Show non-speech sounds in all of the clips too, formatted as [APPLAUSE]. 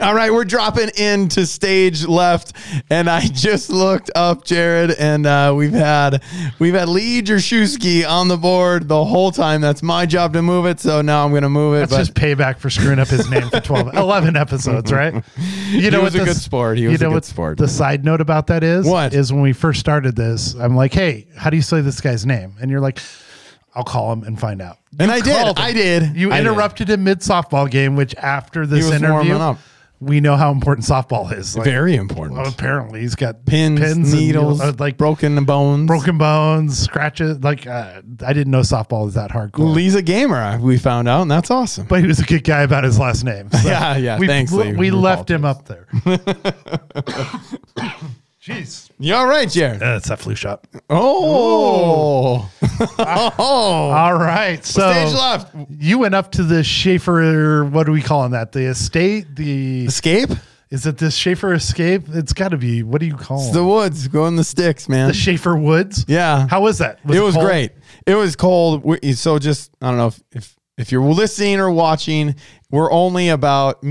All right, we're dropping into stage left, and I just looked up, Jared, and uh, we've had we've had Lee Jershewski on the board the whole time. That's my job to move it, so now I'm going to move it. That's just payback for screwing up his name [LAUGHS] for 12, 11 episodes, right? You was a the good s- sport. He was a good sport. The side note about that is What? is when we first started this, I'm like, hey, how do you say this guy's name? And you're like, I'll call him and find out. and I did, called him. I did. You I did. interrupted him mid softball game, which after this was interview, warming up. we know how important softball is. Like, Very important. well, apparently, he's got Pins, and, needles, uh, like broken bones. broken bones, scratches. Like uh, I didn't know softball was that hardcore. Lee's a gamer. uh, We found out, and that's awesome. but he was a good guy about his [LAUGHS] last name. So Yeah, yeah, We, thanks, we, Lee. we Your left him up [LAUGHS] there. Jeez, you all right, Jared? that's that flu shot. Oh, [LAUGHS] oh, All right, so stage left. you went up to the Schaefer. What are we calling that? The estate. The Escape is it this Schaefer escape? It's got to be. What do you call It's them? the woods. Go in the sticks, man. Oh. the Schaefer Woods? Yeah. How was that? it was cold? great. It was cold. We- So just I don't know if, if if you're listening or watching, we're only about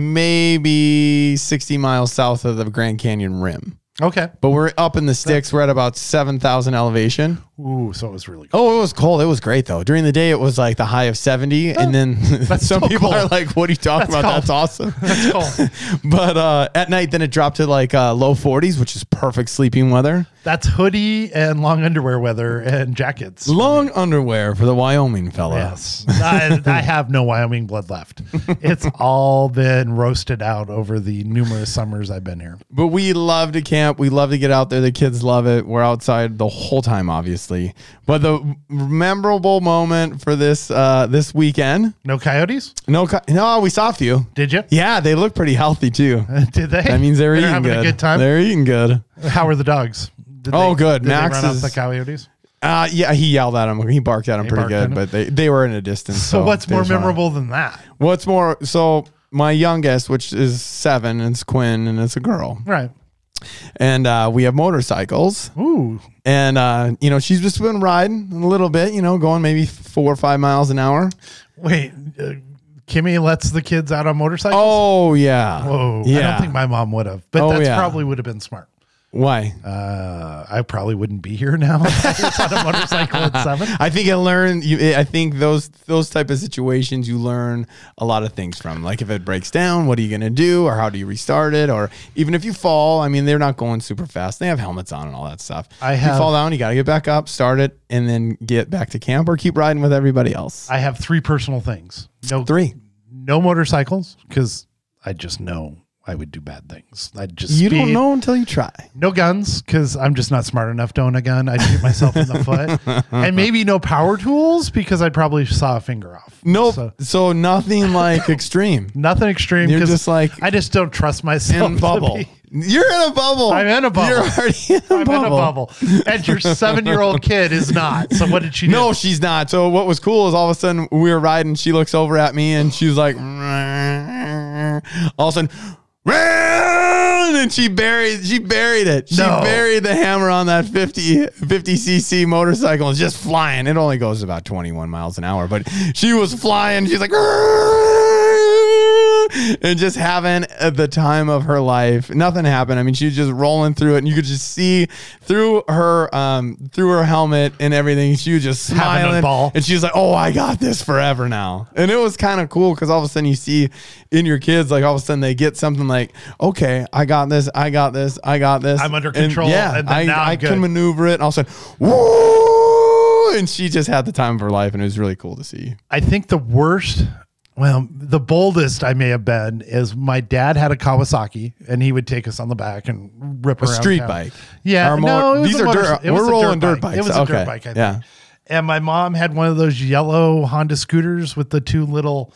maybe 60 miles south of the Grand Canyon rim, Okay. but we're up in the sticks. We're at about 7,000 elevation. Ooh, so it was really cold. Oh, it was cold. It was great though. During the day, it was like the high of 70, and then [LAUGHS] some still people cold. are like, "What are you talking That's about? That's awesome." cold. That's [LAUGHS] cold. but uh, at night, then it dropped to like uh, low 40s, which is perfect sleeping weather. That's hoodie and long underwear weather and jackets. Long underwear for the Wyoming fella. Yes. [LAUGHS] I, I have no Wyoming [LAUGHS] blood left. It's all been roasted out over the numerous summers I've been here. But we love to camp. We love to get out there. The kids love it. We're outside the whole time, obviously. But the memorable moment for this uh, this weekend, No coyotes? no, co- no, we saw a few. Did you? Yeah, they look pretty healthy too. [LAUGHS] Did they? That means they were They're eating having good. a good time. They're eating good. How are the dogs? Did Oh, good. Did Max they run is- off the coyotes. Uh, yeah, he yelled at him. He barked at him pretty barked at good, him. but they, they were in a distance. So, what's they more were fine. memorable than that? What's more? So my youngest, which is seven, and it's Quinn, and it's a girl, Right. and uh, we have motorcycles. Ooh. And uh, you know, she's just been riding a little bit, you know, going maybe four or five miles an hour. Wait. Uh, Kimmy lets the kids out on motorcycles? Oh yeah. Whoa. I Yeah. don't think my mom would have, but Oh, that's yeah. probably would have been smart. Why? Uh, I probably wouldn't be here now. [LAUGHS] if I was on a motorcycle at seven. I think I learned. You, I think those those type of situations you learn a lot of things from. Like if it breaks down, what are you gonna do, or how do you restart it, or even if you fall. I mean, they're not going super fast. They have helmets on and all that stuff. I If have- you fall down, you gotta get back up, start it, and then get back to camp, or keep riding with everybody else. I have three personal things. No Three. no motorcycles because I just know I would do bad things. I just You speed. don't know until you try. No guns because I'm just not smart enough to own a gun. I'd shoot myself in [LAUGHS] the foot, and maybe no power tools because I probably saw a finger off. Nope. So, so nothing like [LAUGHS] extreme. nothing extreme. You're 'cause just like I just don't trust myself. in to bubble. be- You're in a bubble. I'm in a bubble. You're already in a, [LAUGHS] I'm bubble. in a bubble, and your seven-year-old kid is not. So what did she do? No, she's not. So what was cool is all of a sudden we were riding. She looks over at me and she's like, all of a sudden, [LAUGHS] "Run!" and she buried. She buried it. She No. buried the hammer on that 50 50 cc motorcycle. It's just flying. It only goes about twenty one miles an hour, but she was flying. She's like. And just having uh, the time of her life, nothing happened. I mean, she was just rolling through it, and you could just see through her, um, through her helmet and everything. She was just Having a smiling, ball. and she's like, "Oh, I got this forever now." And it was kind of cool because all of a sudden you see in your kids, like all of a sudden they get something like, "Okay, I got this, I got this, I got this. I'm under And control, yeah, and then I, now I'm I good. can maneuver it." And all of a sudden, woo! And she just had the time of her life, and it was really cool to see. I think the worst, well, the boldest I may have been is my dad had a Kawasaki and he would take us on the back and rip around street town. bike. Yeah, Or no, more- it was these a are motor- dirt- it was we're a rolling dirt It bikes. was a Okay, dirt bike. I think. Um, yeah. And my mom had one of those yellow Honda scooters with the two little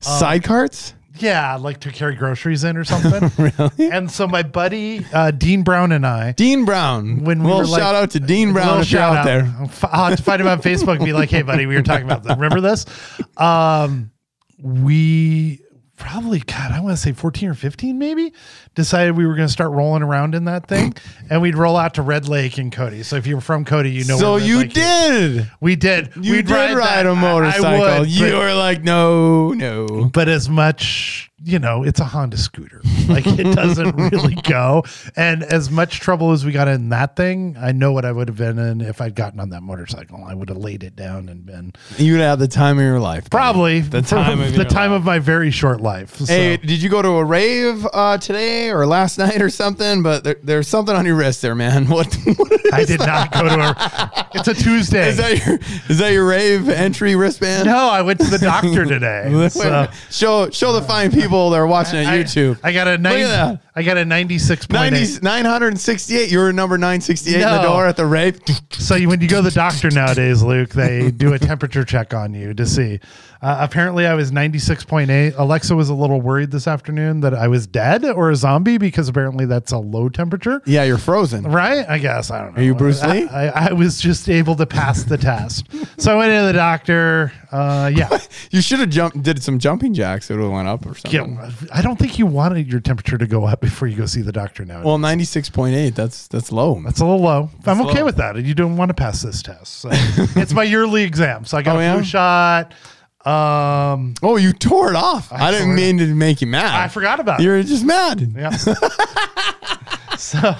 Side carts? yeah, like to carry groceries in [LAUGHS] or something. really? And so my buddy uh, Dean Brown and I, Dean Brown. when we little were like- shout out to Dean Brown little if you're shout out, there. I'll f- I'll have to find him on Facebook and be like, "Hey, buddy, we were talking about that. Remember this?" Um, we probably, God, I want to say fourteen or fifteen, maybe, decided we were going to start rolling around in that thing, and we'd roll out to Red Lake in Cody. So if you were from Cody, you know. so where Red you Lake is. did. We did. You We'd did ride, that. I- a I motorcycle. would, you but- were like, no, no. but as much you know, it's a Honda scooter. Like [LAUGHS] it doesn't really go. And as much trouble as we got in that thing, I know what I would have been in if I'd gotten on that motorcycle. I would have laid it down and been You'd have the time of your life. buddy. probably the time of the your time of my very short life. So. Hey, did you go to a rave uh, today or last [LAUGHS] night or something? But there, there's something on your wrist there, man. [LAUGHS] What, what is, I did not go to a. [LAUGHS] It's a Tuesday. that? Your, is that your rave entry wristband? [LAUGHS] no, I went to the doctor today. Wait, so. show show the fine people that are watching at I- YouTube. I, got a 90, that. I got a 96 point 90, 968. You were number 968 in No. the door at the rave. [LAUGHS] So you, when you go to the doctor nowadays, Luke, they do a temperature check on you to see. Uh, apparently, I was 96.8. Alexa was a little worried this afternoon that I was dead or a zombie because apparently that's a low temperature. Yeah, you're frozen. Right? I guess. I don't know. Are you Bruce Lee? I, I, I was just able to pass the test. So I went to the doctor. Uh, [LAUGHS] yeah. You should have jumped, did some jumping jacks. It would have went up or something. yeah. I don't think you wanted your temperature to go up before you go see the doctor now. Well, 96.8. That's that's low. That's a little low. I'm okay low. with that. You don't want to pass this test. So. [LAUGHS] it's my yearly exam, so I got Oh, a yeah? flu shot. Um, oh, you tore it off. I, didn't tore it mean to make you mad. I forgot about it. You're just mad. Yeah. [LAUGHS] so,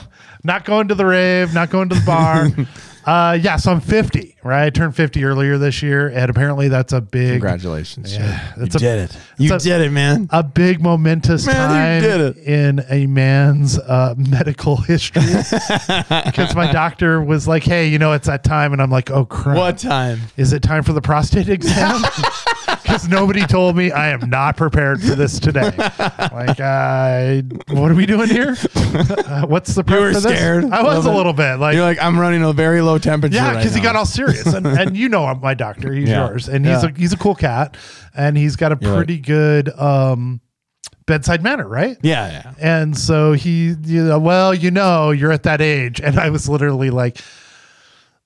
not going to the rave, not going to the [LAUGHS] bar. uh, yeah, so I'm 50, right? I turned 50 earlier this year, and apparently that's a big, Congratulations. Shane. Yeah, that's a- You that's a- did it, man. a big momentous Man, you time did it. in a man's uh, [LAUGHS] medical history. because my doctor was like, "Hey, you know, it's that time," and I'm like, "Oh crap." What time? is it time for the prostate [LAUGHS] exam? [LAUGHS] Because nobody told me I am not prepared for this today. Like, uh, what are we doing here? [LAUGHS] Uh, what's the prep were for this? scared I a was little bit. a little bit. Like, You're like, I'm running a very low temperature. yeah, because right he got now. all serious, and, and you know I'm my doctor. He's Yeah. yours, and he's Yeah. a he's a cool cat, and he's got a You're pretty good um, bedside manner, right? Yeah, yeah. And so he, you know, well, you know, you're at that age. And I was literally like,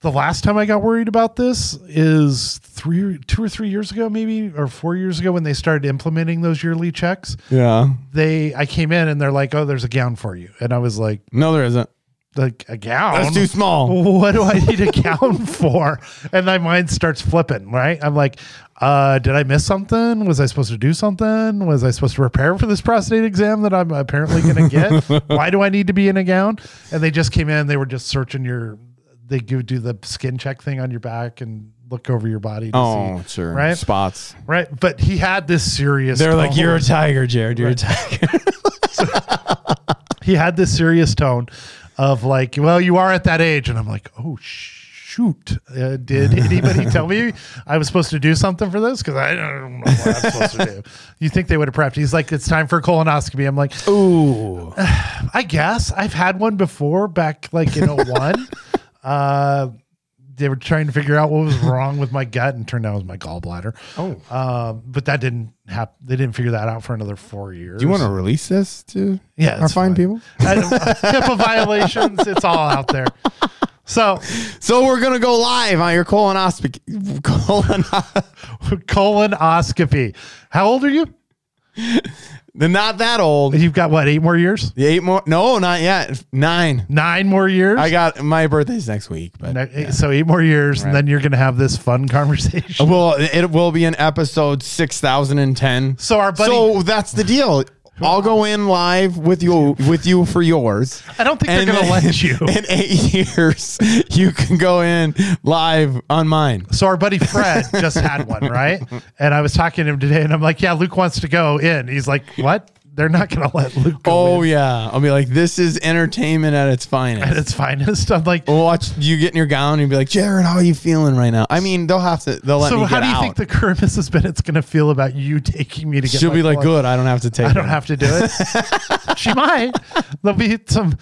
the last time I got worried about this is three, two or three years ago, maybe, or four years ago when they started implementing those yearly checks. Yeah. They, I came in and they're like, oh, there's a gown for you. And I was like, No, there isn't. like a gown? That's too small. [LAUGHS] what do I need a gown [LAUGHS] for? And my mind starts flipping, right? I'm like, uh, did I miss something? Was I supposed to do something? Was I supposed to prepare for this prostate exam that I'm [LAUGHS] apparently going to get? Why do I need to be in a gown? And they just came in, they were just searching your, they do do the skin check thing on your back and look over your body to Oh, see. sure. Right? Spots. Right. But he had this serious. They're like, problem you're a tiger, Jared. You're a tiger. he had this serious tone of like, well, you are at that age. And I'm like, oh, shoot. [LAUGHS] Uh, did anybody tell me I was supposed to do something for this? Because I don't know what I'm supposed to do. You think they would have prepped. He's like, it's time for a colonoscopy. I'm like, Ooh. I guess I've had one before back [LAUGHS] like in 01. uh, they were trying to figure out what was wrong with my gut and turned out it was my gallbladder. Oh. Um, but that didn't happen. They didn't figure that out for another four years. Do you want to release this to Yeah, our it's fine fine. [LAUGHS] people? I don't- HIPAA violations. It's all out there. So [LAUGHS] So we're gonna go live on your colonoscopy. Colon- colonoscopy. How old are you? They're [LAUGHS] not that old. You've got what? Eight more years? The eight more? No, not yet. Nine. Nine more years? I got my birthday's next week, but Ne- So eight more years, and then you're going to have this fun conversation. Uh, [LAUGHS] well, it will be in episode six thousand and ten. So our buddy, So that's the deal. I'll go in live with you with you for yours. I don't think they're And going to then- let you. [LAUGHS] In eight years, you can go in live on mine. So our buddy Fred just had one, right? And I was talking to him today, and I'm like, "Yeah, Luke wants to go in." He's like, "What? They're not going to let Luke go Oh in yeah, I'll be like, this is entertainment at its finest. at its finest." I'm like, Watch you get in your gown and be like, Jared, how are you feeling right now? I mean, they'll have to. They'll let "So me how get do you out. think the current Mrs. Bennett's going to feel about you taking me to get?" She'll my be like, blood?" good. I don't have to take. I don't have to do [LAUGHS] it. she might. There'll be some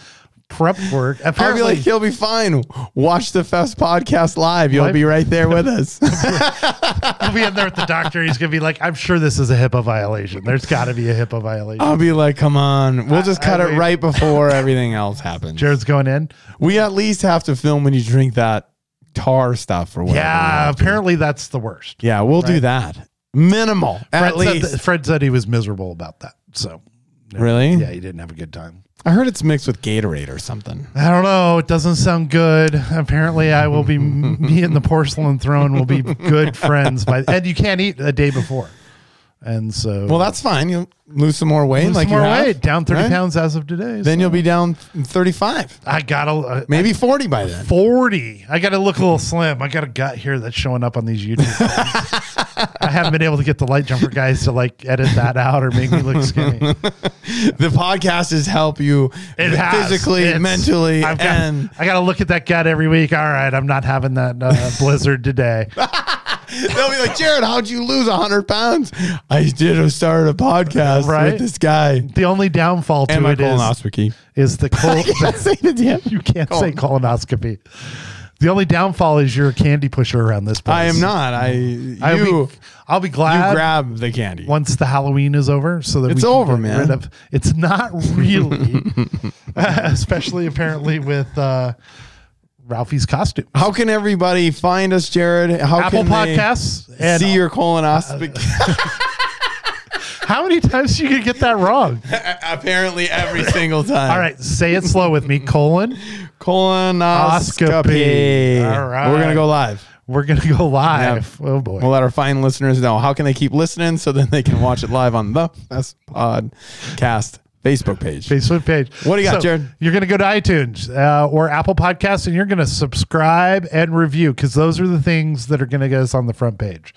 prep work. I'll be Apparently, like, he'll be fine. Watch the Fest podcast live. You'll Live? be right there with us. he'll be in there with the doctor. He's gonna be like, "I'm sure this is a HIPAA violation. There's got to be a HIPAA violation." I'll be like, come on. We'll just I- cut I it wait. right [LAUGHS] before everything else happens. Jared's going in. We at least have to film when you drink that tar stuff or whatever. Yeah, you know. apparently that's the worst. Yeah, we'll do Right. that. Minimal, at Fred said, least. that- Fred said he was miserable about that. So, yeah. Really? yeah, he didn't have a good time. I heard it's mixed with Gatorade or something. I don't know. It doesn't sound good. Apparently, I [LAUGHS] will be me and the porcelain throne will be good friends by, and you can't eat a day before. And so, Well, that's fine. You'll lose some more weight, lose like some more you have, weight, down 30 right? pounds as of today. Then so you'll be down 35, I got a uh, maybe 40 by [LAUGHS] then. 40. I got to look a little slim. I got a gut here that's showing up on these [LAUGHS] YouTube. videos. I haven't been able to get the light jumper guys to like edit that out or make me [LAUGHS] look skinny. The podcast is help you It has. physically, It's- mentally, I've got, and I got to look at that gut every week. All right, I'm not having that [LAUGHS] uh, blizzard today. [LAUGHS] They'll be like, Jared, how'd you lose 100 pounds? I did I started a podcast Right? with this guy The only downfall to and my it is, [LAUGHS] colonoscopy. is [LAUGHS] the cold. Say the damn- you can't say colonoscopy. The only downfall is you're a candy pusher around this place. I am not. I you, I'll you be, I'll be glad grab the candy. once the Halloween is over, so that It's we can over, get man. [LAUGHS] Rid of, it's not really, especially apparently with uh, Ralphie's costume. How can everybody find us, Jared? How Apple can they Podcasts and see your colonoscopy? How many times you could get [LAUGHS] that wrong? Apparently, [LAUGHS] every single time. All right, say it slow with me. Colon, colonoscopy. Oscopy. All right. We're gonna go live. we're gonna go live. Oh boy, We'll let our fine listeners know how can they keep listening so then they can watch it live on the Best Podcast Facebook page. Facebook page. What do you got, Jared? You're gonna go to iTunes uh, or Apple Podcasts, and you're gonna subscribe and review because those are the things that are gonna get us on the front page.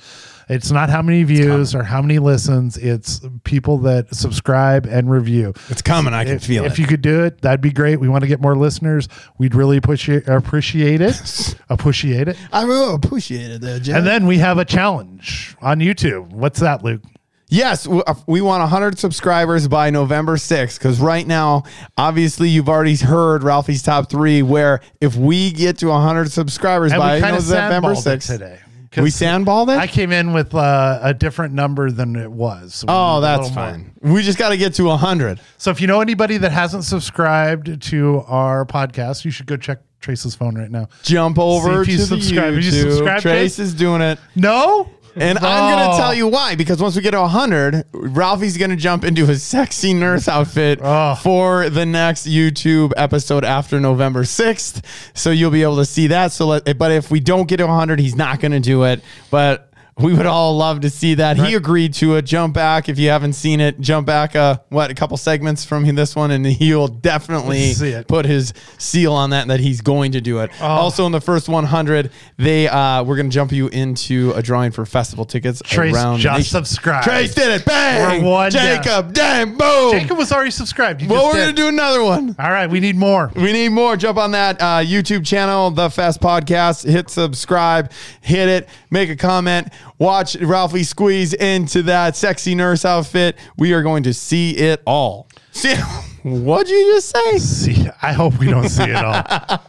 It's not how many views or how many listens. It's people that subscribe and review. It's coming. I can if, feel if it. you could do it, that'd be great. We want to get more listeners. We'd really appreciate appreciate it. appreciate it. I really appreciate it, there, Jared. And then we have a challenge on YouTube. What's that, Luke? Yes, w- uh, we want 100 subscribers by November 6th because right now, obviously, you've already heard Ralphie's top three. Where if we get to 100 subscribers And by we kind of November sandballed it 6th, today. 'Cause we sandballed it. I came in with uh, a different number than it was. oh, A that's little more. fine. We just got to get to 100. So if you know anybody that hasn't subscribed to our podcast, you should go check Trace's phone right now. Jump over if to you the subscribe. Have you YouTube. subscribed, Trace Trace? is doing it. [LAUGHS] No? And I'm going Oh. to tell you why, because once we get to 100, Ralphie's going to jump into his sexy nurse [LAUGHS] outfit Oh. for the next YouTube episode after November 6th. So you'll be able to see that. So, let, But if we don't get to 100, he's not going to do it. But we would all love to see that. He agreed to it. Jump back. If you haven't seen it, jump back, uh, what, a couple segments from this one, and he'll definitely See it. Oh. put his seal on that, that he's going to do it. Also, in the first 100, they uh, we're going to jump you into a drawing for festival tickets Trace around. the just nation. subscribed. Trace did it! We're Bang! one Jacob, dang, boom! Jacob was already subscribed. You well, just we're going did. to do another one. All right, we need more. We need more. Jump on that uh, YouTube channel, The Fast Podcast. Hit subscribe, hit it, make a comment, watch Ralphie squeeze into that sexy nurse outfit. We are going to see it all. See, [LAUGHS] what'd you just say? See, I hope we don't see it [LAUGHS] all. but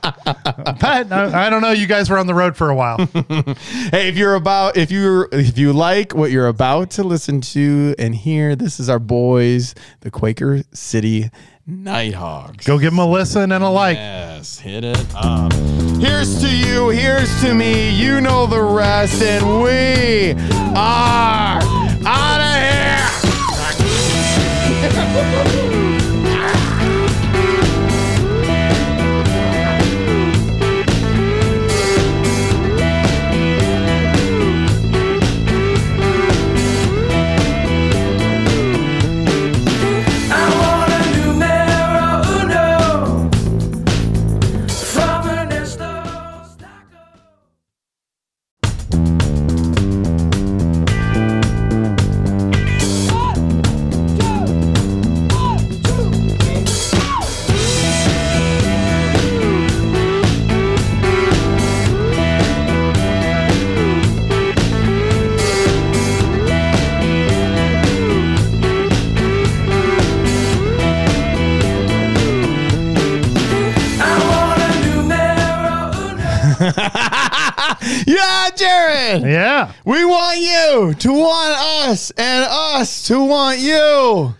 I, I don't know. You guys were on the road for a [LAUGHS] while. Hey, if you're about, if you're, if you like what you're about to listen to and hear, this is our boys, the Quaker City Nighthawks. Go give them a listen and a like. Yes, hit it up. Here's to you. Here's to me. You know the rest, and we are out of here. [LAUGHS] I want a numero uno from Ernesto's Tacos. I want a oh numero uno. Yeah, Jared. Yeah. We want you to want us, and us to want you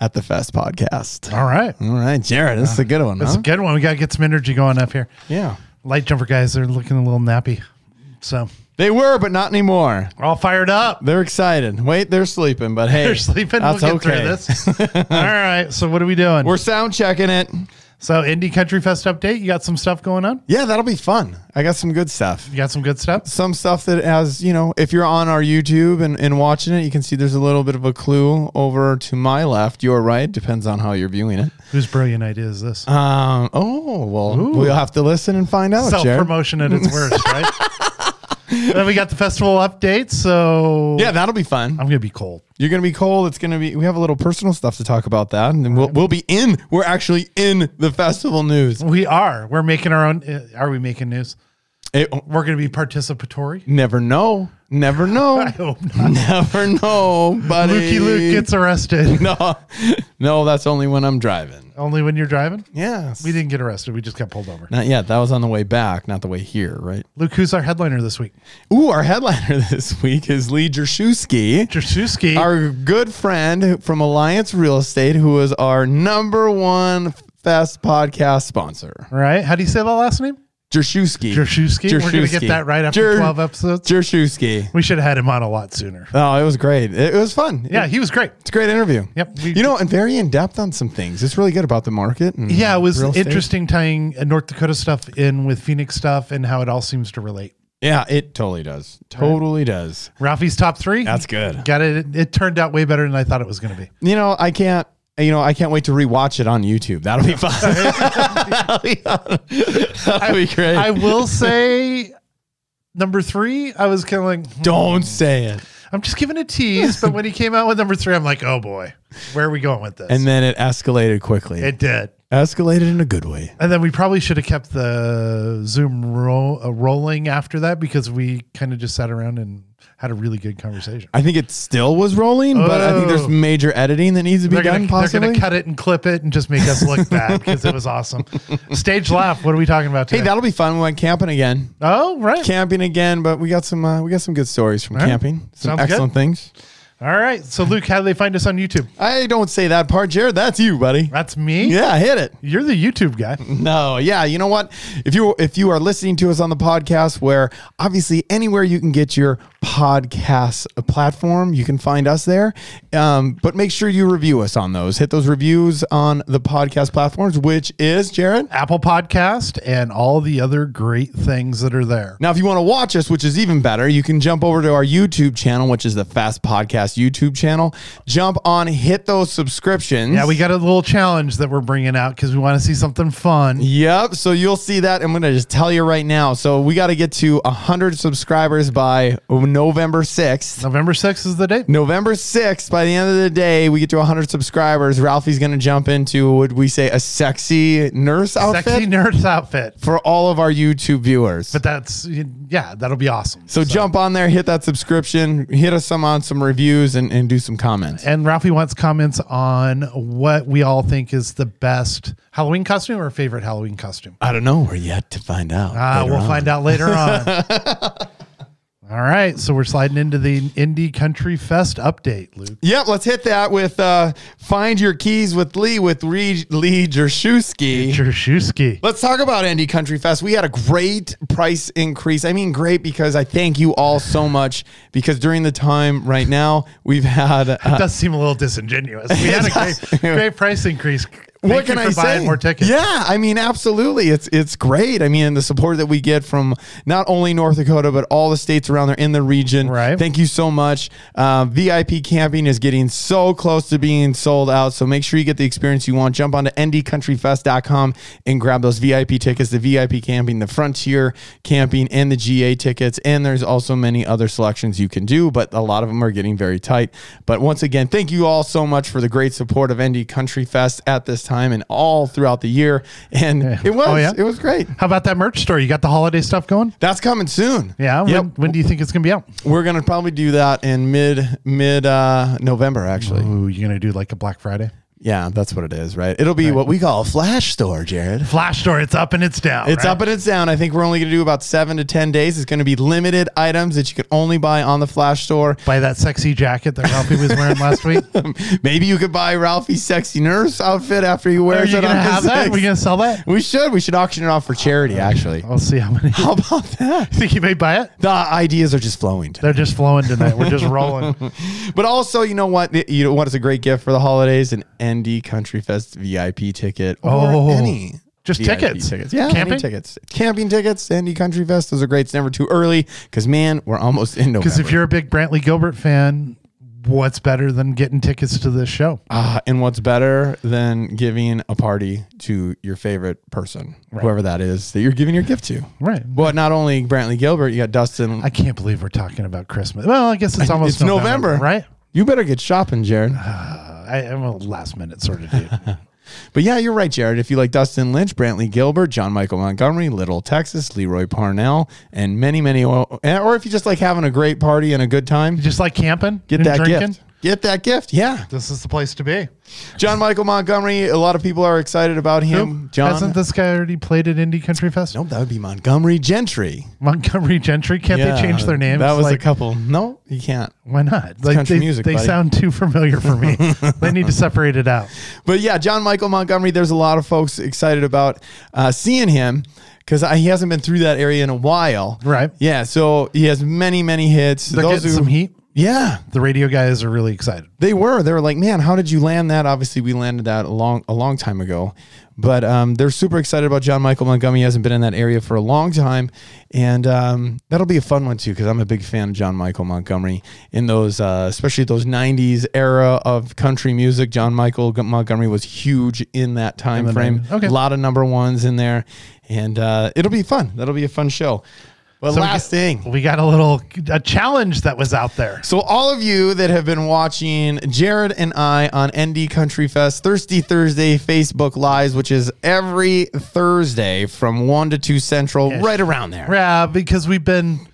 at the Fest Podcast. All right. All right, Jared, this is a good one. That's huh? a good one. We got to get some energy going up here. Yeah, Light jumper guys, they're looking a little nappy. So they were, but not anymore. we're all fired up. They're excited. Wait, they're sleeping, but hey, They're sleeping. That's we'll get okay. through this. all right. So what are we doing? We're sound checking it. So Indie Country Fest update. You got some stuff going on. Yeah, that'll be fun. I got some good stuff. You got some good stuff. Some stuff that has, you know, if you're on our YouTube and, and watching it, you can see there's a little bit of a clue over to my left, your right, depends on how you're viewing it. Whose brilliant idea is this? Um, oh, well, Ooh. we'll have to listen and find out, Self Oh, Jared. promotion at its worst, right? then we got the festival update. So Yeah, that'll be fun. I'm gonna be cold. You're gonna be cold. It's gonna be. We have a little personal stuff to talk about that, and then we'll we'll be in. We're actually in the festival news. We are. We're making our own. uh, Are we making news? It, We're gonna be participatory. never know. Never I [LAUGHS] know. hope not. never know, buddy. Lukey Luke gets arrested. [LAUGHS] [LAUGHS] no, no. That's only when I'm driving. Only when you're driving. Yes. We didn't get arrested. We just got pulled over. Not yet. That was on the way back, not the way here, right? Luke, who's our headliner this week? Ooh, our headliner [LAUGHS] this week is Lee Jershewski. Jersuski. our good friend from Alliance Real Estate, who is our number one Fest podcast sponsor. right? How do you say that last name? Jershewski. Jersuski. We're gonna get Jershewski. that right after Jer- 12 episodes. Jershewski. we should have had him on a lot sooner. Oh, it was great. It, it was fun. Yeah, he was great. It's a great interview. Yep. We- you know, and very in depth on some things. It's really good about the market. And Yeah, it was real estate. interesting tying uh, North Dakota stuff in with Phoenix stuff and how it all seems to relate. Yeah, it totally does. Totally does. Ralphie's top three. That's good. Got it. It, it turned out way better than I thought it was going to be. You know, I can't. You know, I can't wait to rewatch it on YouTube. That'll be fun. [LAUGHS] That'll be fun. That'll be great. I will say, number three, I was kind of like, hmm, Don't say it. I'm just giving a tease. But when he came out with number three, I'm like, oh boy, where are we going with this? And then it escalated quickly. it did. escalated in a good way. And then we probably should have kept the Zoom ro- uh, rolling after that because we kind of just sat around and had a really good conversation. I think it still was rolling, but I think there's Oh. major editing that needs to be They're done. gonna, they're possibly. gonna cut it and clip it and just make us [LAUGHS] look bad because it was awesome. Stage laugh. What are we talking about hey, today? that'll be fun. We went camping again. oh, right. Camping again, but we got some uh, we got some good stories from All right. camping. Some Sounds excellent things. All right. So, Luke, how do they find us on YouTube? I don't say that part, Jared. That's you, buddy. That's me. Yeah, hit it. You're the YouTube guy. [LAUGHS] No, yeah, you know what? If you if you are listening to us on the podcast, where obviously anywhere you can get your podcast uh, platform, you can find us there. Um, but make sure you review us on those. Hit those reviews on the podcast platforms, which is Jared. Apple Podcast and all the other great things that are there. Now, if you want to watch us, which is even better, you can jump over to our YouTube channel, which is the Fast Podcast YouTube channel. Jump on, hit those subscriptions. Yeah, we got a little challenge that we're bringing out because we want to see something fun. Yep. So you'll see that. I'm going to just tell you right now. So we got to get to 100 subscribers by November 6th. November 6th is the date. November 6th, by the end of the day, we get to 100 subscribers. Ralphie's going to jump into, would we say, a sexy nurse outfit Sexy nurse outfit. for all of our YouTube viewers. But that's, yeah, that'll be awesome. so, jump on there, hit that subscription, hit us some on some reviews, and, and do some comments. And Ralphie wants comments on what we all think is the best Halloween costume or favorite Halloween costume. I don't know. We're yet to find out. Ah, later we'll on. find out [LAUGHS] later on. all right. So we're sliding into the Indie Country Fest update, Luke. Yep, let's hit that with uh, "Find Your Keys" with Lee with Re- Lee Jershewski. Jershewski. Let's talk about Andy Country Fest. We had a great price increase. I mean, great because I thank you all so much because during the time right now we've had. It Uh, does seem a little disingenuous. We had a [LAUGHS] great, great price increase. what Thank can you I for buying say? More tickets. Yeah, I mean, absolutely. It's it's great. I mean, and the support that we get from not only North Dakota but all the states around there in the region. Right. Thank you so much. Uh, VIP camping is getting so close to being sold out. So make sure you get the experience you want. Jump onto ndcountryfest.com and grab those VIP tickets. The VIP camping, the Frontier camping, and the GA tickets. And there's also many other selections you can do, but a lot of them are getting very tight. But once again, thank you all so much for the great support of ND Country Fest at this time and all throughout the year. And it was Oh, yeah? it was great. How about that merch store? You got the holiday stuff going? That's coming soon. Yeah. Yep. When, when do you think it's going to be out? We're gonna probably do that in mid mid uh, November actually. Ooh, you're going to do like a Black Friday? Yeah, that's what it is, right? It'll be what we call a flash store, Jared. Flash store. It's up and it's down. It's right? up and it's down. I think we're only going to do about seven to 10 days. It's going to be limited items that you could only buy on the flash store. Buy that sexy jacket that Ralphie was wearing [LAUGHS] last week. Maybe you could buy Ralphie's sexy nurse outfit after he Are wears you it gonna on his have that? ex. We gonna sell that? We should. We should auction it off for charity, actually. I'll see how many. [LAUGHS] How about that? Think you may buy it? The ideas are just flowing today. They're [LAUGHS] just flowing tonight. We're just rolling. But also, you know what? You know what is a great gift for the holidays? And, ND Country Fest VIP ticket or Oh, any just VIP tickets. tickets. Yeah, camping Camping? tickets. Camping tickets, Andy Country Fest. Those are great. It's never too early because, man, we're almost in [LAUGHS] November. Because if you're a big Brantley Gilbert fan, what's better than getting tickets to this show? Ah, and what's better than giving a party to your favorite person, whoever that is that you're giving your gift to? Right. Well, not only Brantley Gilbert, you got Dustin. I can't believe we're talking about Christmas. Well, I guess it's almost It's November. right? you better get shopping, Jared. Uh-huh. I, I'm a last minute sort of dude. [LAUGHS] But yeah, you're right, Jared. If you like Dustin Lynch, Brantley Gilbert, John Michael Montgomery, Little Texas, Leroy Parnell, and many, many, eh, or if you just like having a great party and a good time, Just like camping, get and that drinking. gift. Get that gift. Yeah. This is the place to be. John Michael Montgomery, a lot of people are excited about him. John. Hasn't this guy already played at Indie Country Fest? nope, that would be Montgomery Gentry. Montgomery Gentry. Can't Yeah, they change their names? That was like, a couple. No, you can't. why not? Like country they, music, they buddy. sound too familiar [LAUGHS] for me. they need to separate it out. But yeah, John Michael Montgomery, there's a lot of folks excited about uh, seeing him because he hasn't been through that area in a while. Right. Yeah. So he has many, many hits. They're getting who- some heat. Yeah. The radio guys are really excited. They were. They were like, man, how did you land that? Obviously, we landed that a long, a long time ago. But um, they're super excited about John Michael Montgomery. He hasn't been in that area for a long time. And um, that'll be a fun one, too, because I'm a big fan of John Michael Montgomery in those, uh, especially those 90s era of country music. John Michael G- Montgomery was huge in that time the frame. 90s. Okay. A lot of number ones in there. And uh, it'll be fun. That'll be a fun show. But So we last got- thing. we got a little a challenge that was out there. So all of you that have been watching Jared and I on ND Country Fest Thirsty Thursday Facebook Lives, which is every Thursday from one to two central, right around there. Yeah, because we've been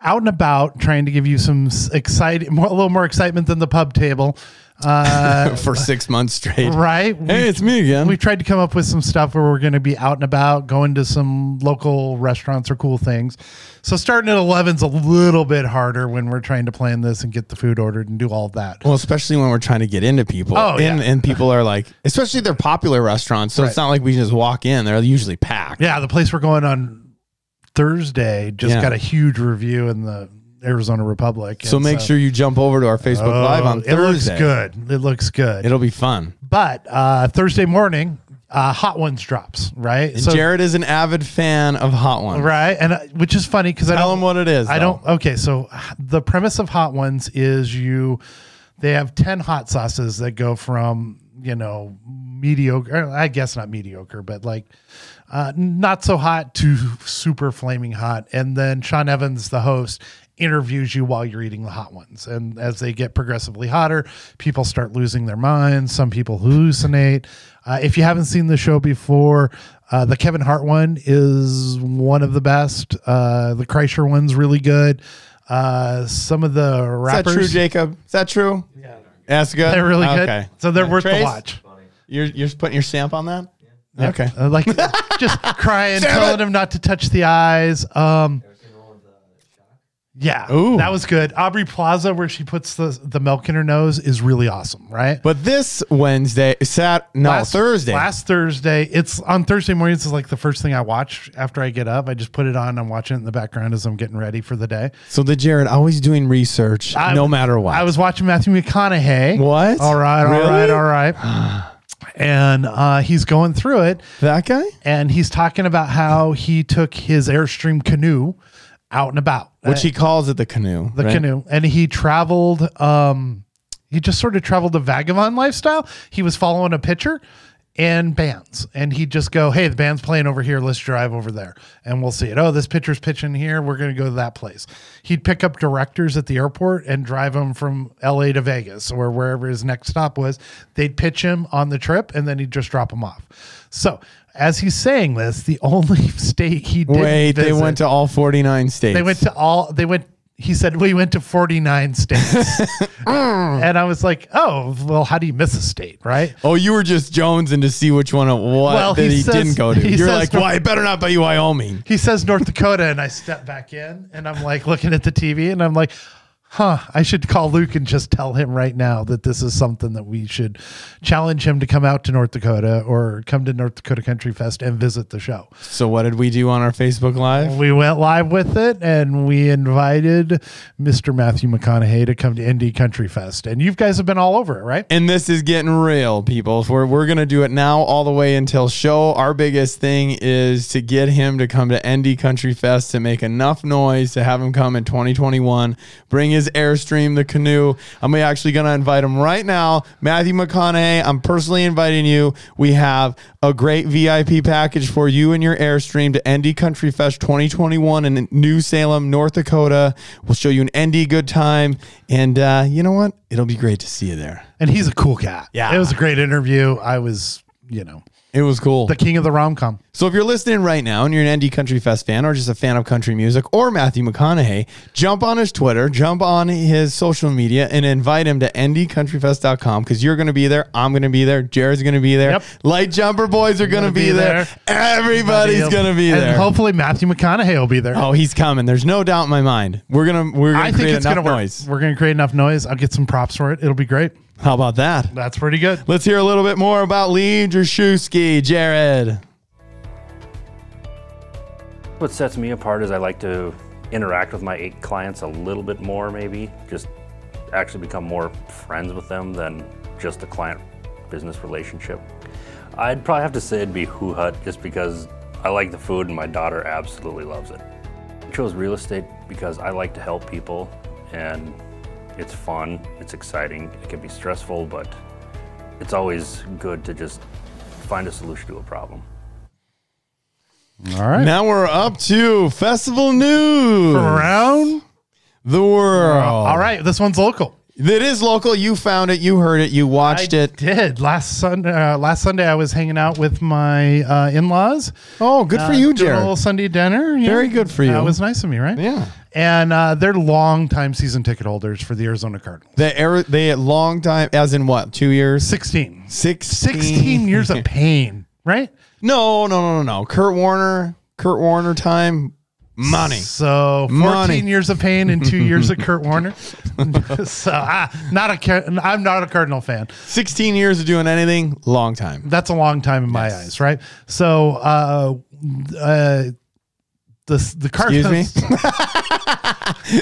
out and about trying to give you some s- excite, more, a little more excitement than the pub table, uh, For six months straight. right? We, Hey, it's me again. we tried to come up with some stuff where we're going to be out and about, going to some local restaurants or cool things. So starting at 11's a little bit harder when we're trying to plan this and get the food ordered and do all that. Well, especially when we're trying to get into people. Oh, yeah. and, and people are like, especially they're popular restaurants. So it's Right. not like we just walk in. They're usually packed. Yeah, the place we're going on Thursday just Yeah. got a huge review in the Arizona Republic. So and make sure you jump over to our Facebook Live on Oh, it looks Thursday. good. It looks good. It'll be fun. but uh, Thursday morning, uh, Hot Ones drops, right? And Jared is an avid fan of Hot Ones. right, and uh, which is funny because I Tell don't him what it is. I though. don't. Okay, so h- the premise of Hot Ones is you, they have ten hot sauces that go from you know mediocre, er, I guess not mediocre, but like uh, not so hot to super flaming hot, and then Sean Evans, the host. Interviews you while you're eating the hot ones. And as they get progressively hotter, people start losing their minds. Some people hallucinate. Uh, if you haven't seen the show before, uh, the Kevin Hart one is one of the best. Uh, the Kreischer one's really good. Uh, some of the Is that rappers true, Jacob? Is that true? Yeah. That's good. [LAUGHS] they're really good, Okay. so they're worth Trace? the watch. You're you're just putting your stamp on that? Okay. Uh, like [LAUGHS] just crying, Damn it. telling him not to touch the eyes. Um, yeah, Ooh. that was good. Aubrey Plaza, where she puts the the milk in her nose, is really awesome, right? But this Wednesday, sat no Thursday. Last Thursday. It's on Thursday mornings is like the first thing I watch after I get up. I just put it on. I'm watching it in the background as I'm getting ready for the day. so the Jared always doing research, I no was- matter what. I was watching Matthew McConaughey. What? All right, all right, Really? all right. [GASPS] And uh, he's going through it, that guy. and he's talking about how he took his Airstream canoe out and about, Which he calls it the canoe. Uh, the right? canoe, and he traveled. Um, he just sort of traveled the vagabond lifestyle. He was following a pitcher and bands, and he'd just go, "Hey, the band's playing over here. Let's drive over there, and we'll see it. Oh, this pitcher's pitching here. We're going to go to that place." He'd pick up directors at the airport and drive them from L.A. to Vegas or wherever his next stop was. They'd pitch him on the trip, and then he'd just drop him off. So. As he's saying this, the [LAUGHS] only state he didn't Wait, they visit- went to all 49 states. they went to all. They went. He said we went to forty nine states, and I was like, oh well, how do you miss a state, right? Oh, you were just jonesing to see which one it was Well, that he he, says- didn't go to. he You're says like, no- well, it better not be Wyoming. He says North Dakota, and I step back in, and I'm like looking at the TV, and I'm like, huh, I should call Luke and just tell him right now that this is something that we should challenge him to come out to North Dakota or come to North Dakota Country Fest and visit the show. So what did we do on our Facebook Live? We went live with it and we invited Mr. Matthew McConaughey to come to Indie Country Fest. And you guys have been all over it, right? And this is getting real, people. We're, we're going to do it now all the way until show. Our biggest thing is to get him to come to ND Country Fest to make enough noise to have him come in 2021. Bring his Airstream, the canoe. I'm actually going to invite him right now. Matthew McConaughey, I'm personally inviting you. We have a great VIP package for you and your Airstream to ND Country Fest 2021 in New Salem, North Dakota. We'll show you an ND good time. And uh, you know what? It'll be great to see you there. And he's a cool cat. Yeah. It was a great interview. I was, you know, It was cool. the king of the rom com. so if you're listening right now and you're an ND Country Fest fan or just a fan of country music or Matthew McConaughey, jump on his Twitter, jump on his social media, and invite him to ndcountryfest.com because you're going to be there. I'm going to be there. Jared's going to be there. Yep. Light Jumper Boys are going to gonna be, be there. Everybody's going to be and there. Hopefully, Matthew McConaughey will be there. oh, he's coming. There's no doubt in my mind. We're gonna we're gonna I create think it's going to enough work. noise. We're going to create enough noise. I'll get some props for it. It'll be great. How about that? That's pretty good. Let's hear a little bit more about Lee Drashewski, Jared. What sets me apart is I like to interact with my eight clients a little bit more, maybe just actually become more friends with them than just a client business relationship. I'd probably have to say it'd be Hoo Hut just because I like the food and my daughter absolutely loves it. I chose real estate because I like to help people and it's fun, it's exciting, it can be stressful, but it's always good to just find a solution to a problem. All right. Now we're up to festival news. Around. the world. All right. This one's local. It is local. You found it. You heard it. You watched I it. did last Sunday. Uh, last Sunday, I was hanging out with my uh, in-laws. Oh, good for Uh, you, doing A little Jared. Sunday dinner. yeah. Very good for you. That was nice of me, right? Yeah. And uh, they're longtime season ticket holders for the Arizona Cardinals. The era, they long time, as in what, two years? 16. Six, 16 years of pain, right? No, no, no, no, no. Kurt Warner, Kurt Warner time, money. So 14 Money. years of pain and two [LAUGHS] years of Kurt Warner. [LAUGHS] so ah, not a, Car- I'm not a Cardinal fan. 16 years of doing anything, long time. That's a long time in my eyes, right? So uh, uh, the the Excuse me? Cardinals [LAUGHS]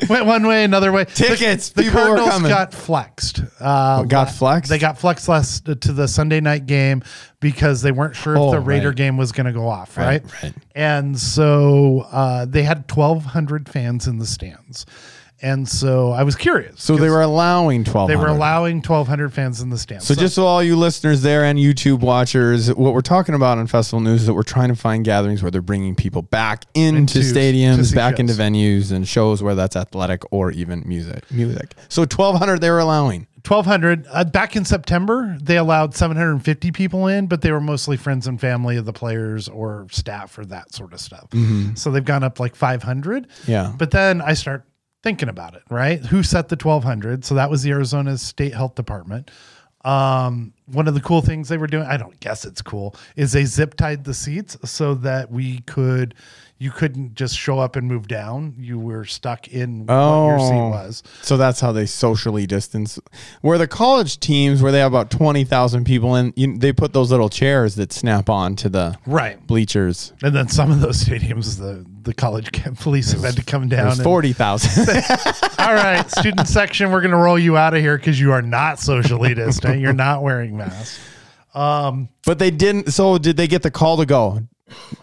went one way, another way. Tickets, The, the people were Cardinals coming. got flexed. Uh, Got flexed? They got flexed last uh, to the Sunday night game because they weren't sure Oh, if the Raider right. game was going to go off, right? right. And so uh, they had 1,200 fans in the stands. And so I was curious. So they 'cause were allowing 12. they were allowing 1,200 fans in the stands. So, just so all you listeners there and YouTube watchers, what we're talking about on Festival News is that we're trying to find gatherings where they're bringing people back into Into- to stadiums, see back into shows. venues and shows where that's athletic or even music. Music. So 1,200 they were allowing. 1200 uh, back in september they allowed 750 people in but they were mostly friends and family of the players or staff or that sort of stuff so they've gone up like 500 Mm-hmm. Yeah. but then i start thinking about it right who set the 1200 so that was the arizona state health department um, one of the cool things they were doing i don't guess it's cool is they zip tied the seats so that we could you couldn't just show up and move down you were stuck in what your Oh. seat was So that's how they socially distance. Where the college teams, where they have about 20,000 people in, you, they put those little chairs that snap on to the right bleachers. And then some of those stadiums, the the college camp police have had to come down. There's and, 40,000. [LAUGHS] All right, student section, we're going to roll you out of here because you are not socially distant. You're not wearing masks. but they didn't. So did they get the call to go?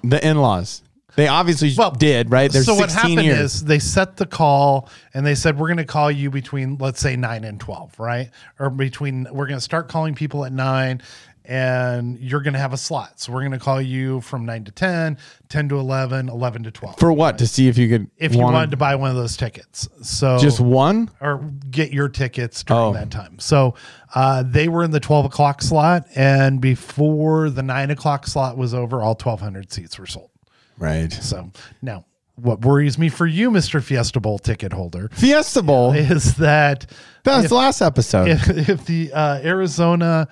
The in laws. They obviously Well, did, right? There's so what happened years. is they set the call and they said we're going to call you between let's say nine and twelve, right? Or between we're going to start calling people at nine, and you're going to have a slot. So we're going to call you from nine to 10, 10 to 11, 11 to twelve. For what? To see if you could if you wanna- wanted to buy one of those tickets, so just one? or get your tickets during Oh. that time. So uh, they were in the 12 o'clock slot, and before the nine o'clock slot was over, all 1,200 seats were sold. Right. So now, what worries me for you, Mr. Fiesta Bowl ticket holder, Fiesta Bowl. is that that was the last episode. if, if the uh, Arizona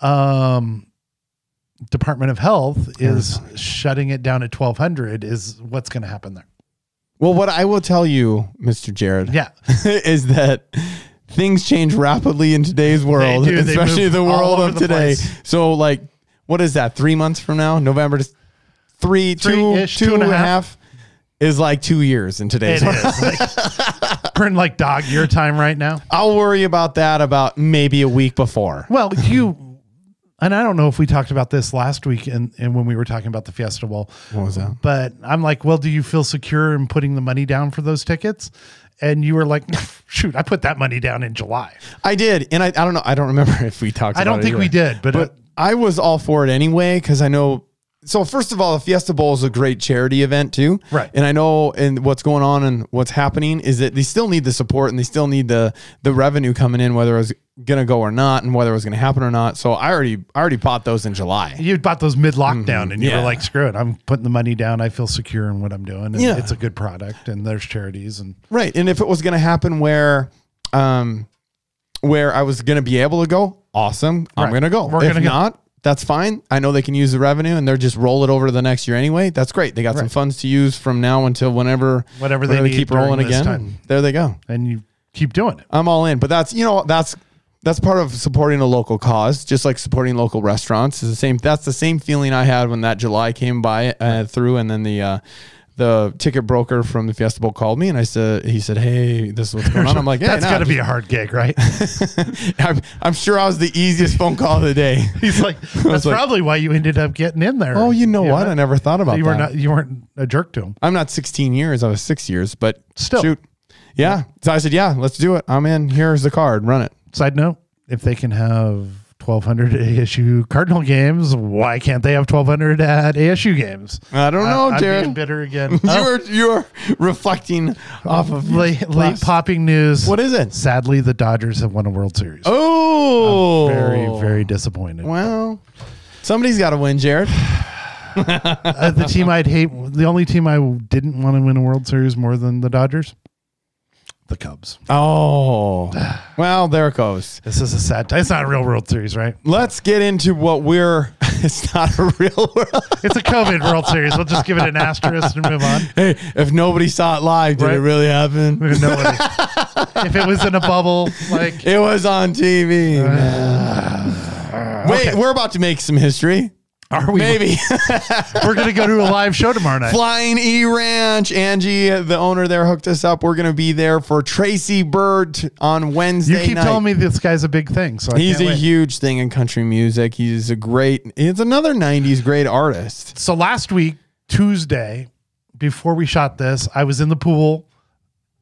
um, Department of Health is shutting it down at 1,200, is what's going to happen there? Well, what I will tell you, Mr. Jared, Yeah. [LAUGHS] is that things change rapidly in today's world, do. They especially move the all world over of the today. place. So, like, what is that? Three months from now, November, to three, two, Three-ish, two and a half is like two years in today's It world. is. Like, [LAUGHS] we're in like dog year time right now. I'll worry about that about maybe a week before. Well, you and I don't know if we talked about this last week and, and when we were talking about the Fiesta Bowl. What was that? But I'm like, well, do you feel secure in putting the money down for those tickets? And you were like, [LAUGHS] shoot, I put that money down in July. I did, and I, I don't know. I don't remember [LAUGHS] if we talked. I about don't it think we either. did, but, uh, but I was all for it anyway because I know. So first of all, the Fiesta Bowl is a great charity event too, Right. And I know and what's going on and what's happening is that they still need the support and they still need the the revenue coming in, whether it was gonna go or not, and whether it was gonna happen or not. So I already I already bought those in July. you bought those mid lockdown and you Yeah. were like, screw it, I'm putting the money down. I feel secure in what I'm doing. And Yeah. It's a good product and there's charities and Right. And if it was going to happen where, um, where I was going to be able to go, awesome. I'm Right. going to go. We're if gonna go. not, that's fine. I know they can use the revenue and they're just roll it over to the next year anyway. That's great. They got some funds to use from now until whenever, Whatever they need keep during rolling this again. time. There they go. and you keep doing it. I'm all in. But that's you know that's that's part of supporting a local cause, just like supporting local restaurants. Is the same. That's the same feeling I had when that July came by uh, through, and then the. Uh, the ticket broker from the Fiesta Bowl called me and I said, he said, Hey, this is what's going on. I'm like, yeah, [LAUGHS] That's no, got to be a hard gig, right? [LAUGHS] [LAUGHS] I'm, I'm sure I was the easiest phone call of the [LAUGHS] day. He's like, that's like- probably why you ended up getting in there. [LAUGHS] oh, you know what? I never thought about you that. were not you weren't a jerk to him. I'm not 16 years. I was six years, but Still. shoot. Yeah. So I said, yeah, let's do it. I'm in. Here's the card. Run it. Side note: If they can have [LAUGHS] 1,200 ASU Cardinal games, why can't they have 1,200 at ASU games? I don't know, I'm Jared. being bitter again. [LAUGHS] you are you are reflecting off of late, late last- popping news. What is it? Sadly, the Dodgers have won a World Series. Oh, Very, very disappointed. Well, somebody's got to win, Jared. Uh, the team I'd hate, the only team I didn't want to win a World Series more than the Dodgers, the Cubs. Oh, [SIGHS] well, there it goes. This is a sad. T- it's not a real World Series, right? Let's get into what we're. [LAUGHS] It's not a real world. It's a COVID World Series. We'll just give it an asterisk and move on. Hey, if nobody saw it live, did Right. it really happen? [LAUGHS] We don't know what it- if it was in a bubble, like It was on TV. [SIGHS] man. Wait, we're about to make some history. are [LAUGHS] we? Maybe We're gonna go to a live show tomorrow night. Flying E Ranch. Angie, the owner there, hooked us up. We're gonna be there for Tracy Bird on Wednesday. You keep night. telling me this guy's a big thing, so I He's can't a wait. huge thing in country music. He's a great. He's another '90s great artist. so last week Tuesday, before we shot this, I was in the pool,